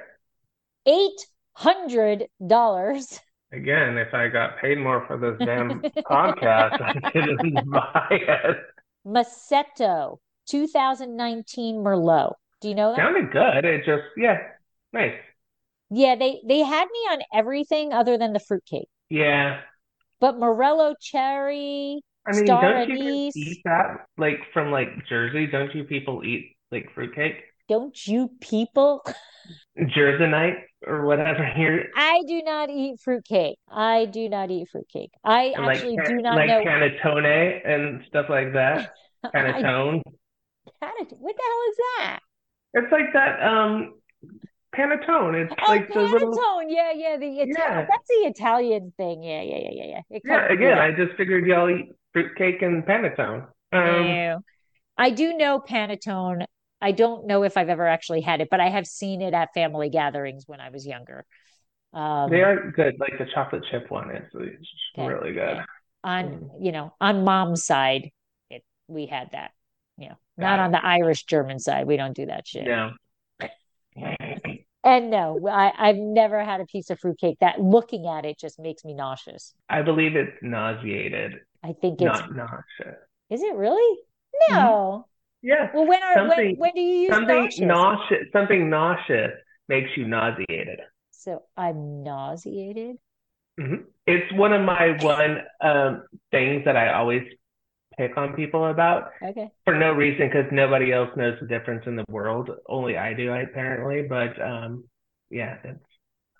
$800. Again, if I got paid more for this damn podcast, I couldn't buy it. Massetto, 2019 Merlot. Do you know that? Sounded good. It just, yeah, nice. Yeah, they they had me on everything other than the fruitcake. Yeah. But Morello cherry, I mean, Star don't you guys anise. eat that like from like Jersey? Don't you people eat like fruitcake, don't you people? Jerseyite or whatever here? I do not eat fruitcake. I do not eat fruitcake. I And, like actually can- do not like know. panettone and stuff like that. I- Panettone. Panettone- what the hell is that? It's like that um panettone. It's Oh, like the little panettone. Yeah, yeah. The Italian. Yeah. That's the Italian thing. Yeah, yeah, yeah, yeah, yeah. It yeah. comes with Again, it. I just figured y'all eat fruitcake and panettone. Um, No. I do know panettone. I don't know if I've ever actually had it, but I have seen it at family gatherings when I was younger. Um, they are good. Like the chocolate chip one is it's Okay. really good. Yeah. Mm. on you know on mom's side, it we had that. You know, not Got on the Irish German side. We don't do that shit. No. And no, I, I've never had a piece of fruitcake that looking at it just makes me nauseous. I believe it's nauseated, I think it's not Mm-hmm. nauseous. is it really? No. Yeah. Well, when are when Something- when do you use something nauseous? nauseous something nauseous makes you nauseated So I'm nauseated. it's one of my one um things that i always pick on people about Okay. for no reason because nobody else knows the difference in the world only i do apparently but um yeah it's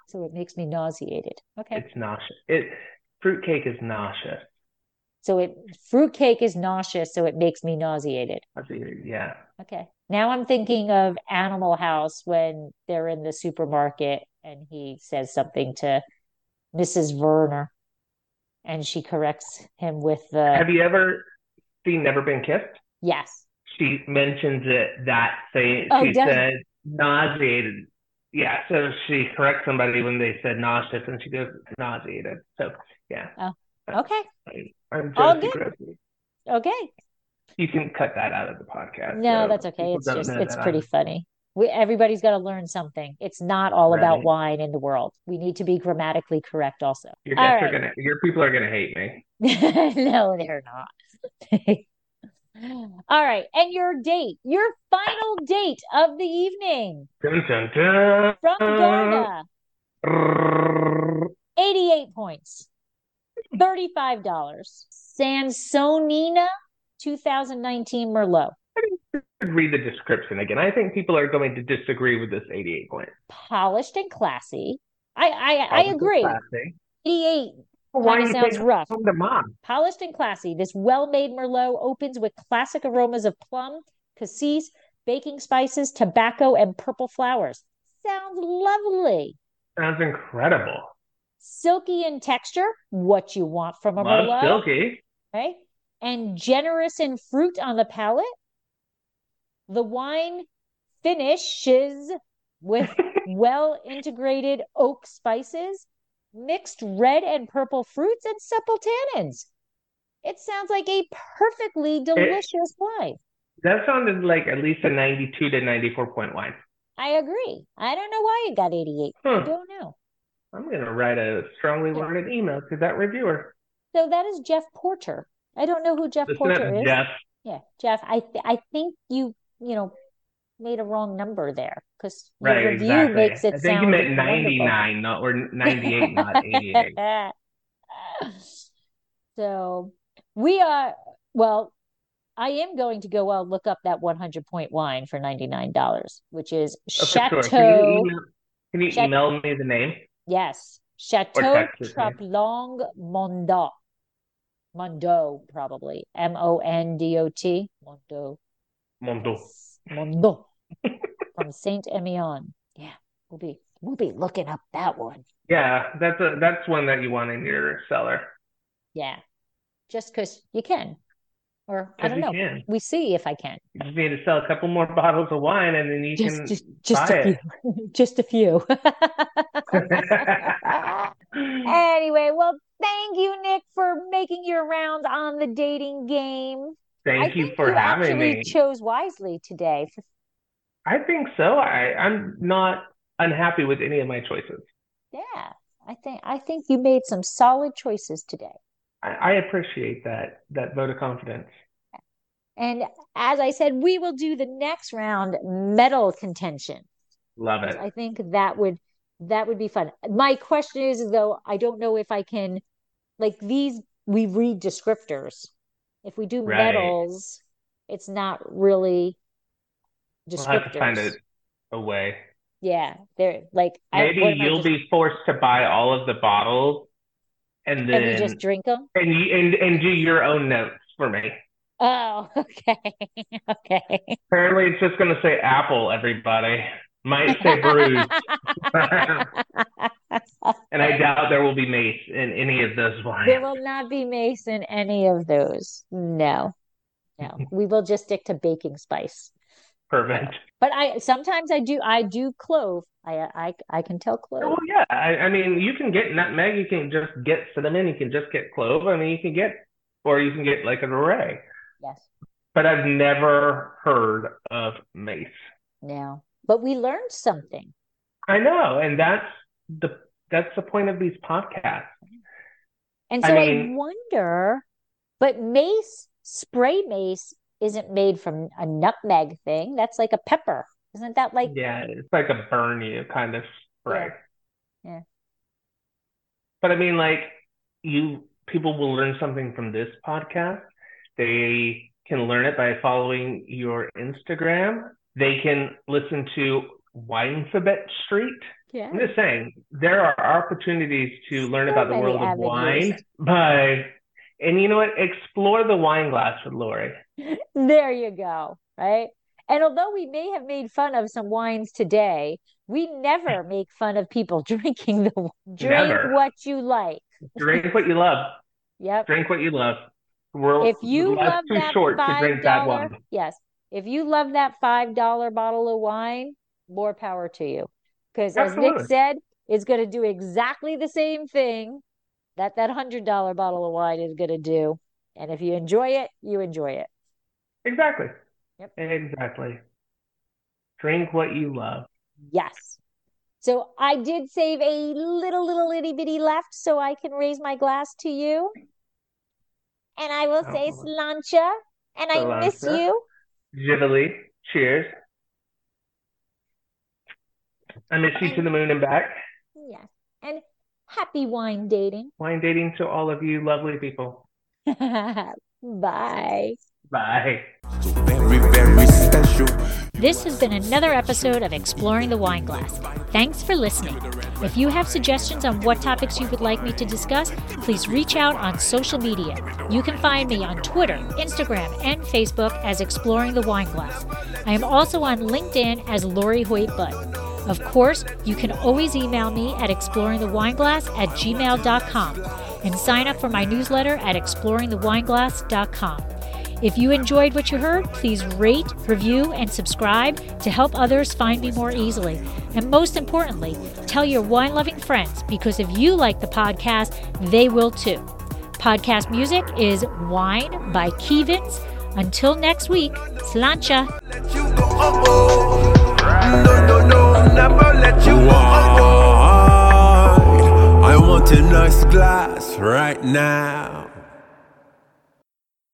So it makes me nauseated. Okay. it's nauseous it fruitcake is nauseous So it fruitcake is nauseous, so it makes me nauseated. That's weird, yeah Okay. Now I'm thinking of Animal House when they're in the supermarket and he says something to Mrs. Werner and she corrects him with the have you ever seen never been kissed yes. she mentions it that thing Oh, she does- said nauseated yeah so she corrects somebody when they said nauseous and she goes nauseated so yeah Okay. i'm All Josie good. Griffin. Okay. you can cut that out of the podcast No, so that's okay. people It's don't just know it's that pretty I'm- funny. We everybody's got to learn something. It's not all about Right. wine in the world. We need to be grammatically correct also. your All guests right. are gonna your people are gonna hate me No, they're not. All right. And your date, your final date of the evening dun, dun, dun. from Garda, 88 points, $35. Sansonina 2019 Merlot. read the description again i think people are going to disagree with this 88 point Polished and classy. I I, I agree. Classy. 88 why kind do of you sounds take rough. from the mom Polished and classy, this well made Merlot opens with classic aromas of plum, cassis, baking spices, tobacco, and purple flowers. Sounds lovely. sounds incredible Silky in texture, what you want from a love Merlot, silky right? And generous in fruit on the palate. The wine finishes with well integrated oak spices, mixed red and purple fruits, and supple tannins. It sounds like a perfectly delicious wine. That sounded like at least a 92 to 94 point wine. I agree. I don't know why it got 88. I Huh. don't know. I'm going to write a strongly worded email to that reviewer. So that is Jeff Porter. I don't know who Jeff Listen Porter up, is. Jeff. Yeah, Jeff. I th- I think you you know made a wrong number there because your Right, review exactly. makes it I think sound you meant wonderful. 99, not or 98, not 88. so we are well i am going to go out look up that 100 point wine for $99 which is Oh, chateau for sure. Can you email, can you Chateau- email me the name? yes chateau text it to me. Traplong mondo mondo probably m-o-n-d-o-t mondo Mondo. mondo from saint emilion yeah we'll be we'll be looking up that one Yeah, that's a that's one that you want in your cellar. Yeah. Just because you can. Or I 'Cause don't you know. can. We see if I can. You just need to sell a couple more bottles of wine, and then you Just can. just just buy a it. few. Just a few. Anyway, well, thank you, Nick, for making your rounds on the dating game. I Thank you think for you having actually me. chose wisely today. I think so. I I'm not unhappy with any of my choices. Yeah. I think I think you made some solid choices today. I, I appreciate that that vote of confidence. And as I said, we will do the next round medal contention. Love because it. I think that would that would be fun. My question is though, I don't know if I can like these we read descriptors. If we do Right. medals, it's not really We'll have to find descriptors. a, a way. Yeah, they're like I, Maybe what am I you'll just- be forced to buy all of the bottles, and and we then just drink them. and you, and and do your own notes for me. Oh, okay, okay. Apparently, it's just going to say Apple. Everybody might say Bruce, and I doubt there will be mace in any of those wines. There will not be mace in any of those. No, no. We will just stick to baking spice. Perfect. But I sometimes I do I do clove. I I I can tell Well, clove. yeah. I, I mean, you can get nutmeg. You can just get cinnamon. You can just get clove. I mean, you can get, or you can get like an array. Yes. But I've never heard of mace. No. But we learned something. I know, and that's the that's the point of these podcasts. And I so I, mean- wonder but mace spray mace isn't made from a nutmeg thing. That's like a pepper. Isn't that like Yeah, it's like a burn you kind of spray. Yeah. Yeah. But I mean, like, you people will learn something from this podcast. They can learn it by following your Instagram. They can listen to Winefabet Street. yeah. I'm just saying, there are opportunities to learn So about the many world of wine avenues. by, and you know what? Explore the wine glass with Lori. There you go. Right? And although we may have made fun of some wines today, we never make fun of people drinking the drink Never. what you like. Drink what you love. Yep. Drink what you love. We're if you life's love too that short to five drink that dollar, one. yes, if you love that five dollar bottle of wine, more power to you. Because as Nick Absolutely. said, it's going to do exactly the same thing that that hundred dollar bottle of wine is going to do. And if you enjoy it, you enjoy it. Exactly. Yep. Exactly. Drink what you love. Yes. So I did save a little, little itty bitty left, so I can raise my glass to you, and I will say Oh. slancha, and I miss Sláinte. you. Ghibli, cheers. I miss you to the moon and back. Yes. And happy wine dating. Wine dating to all of you lovely people. Bye. Bye. So very, very special. This has been another episode of Exploring the Wine Glass. Thanks for listening. If you have suggestions on what topics you would like me to discuss, please reach out on social media. You can find me on Twitter, Instagram, and Facebook as Exploring the Wine Glass. I am also on LinkedIn as Lori Hoyt Butt. Of course, you can always email me at exploringthewineglass at gmail.com and sign up for my newsletter at exploringthewineglass.com. If you enjoyed what you heard, please rate, review, and subscribe to help others find me more easily. And most importantly, tell your wine loving friends because if you like the podcast, they will too. Podcast music is Wine by Kevins. Until next week, Slancha. Let you go, oh, oh. No, no, no, never let you go. oh, oh. I want a nice glass right now.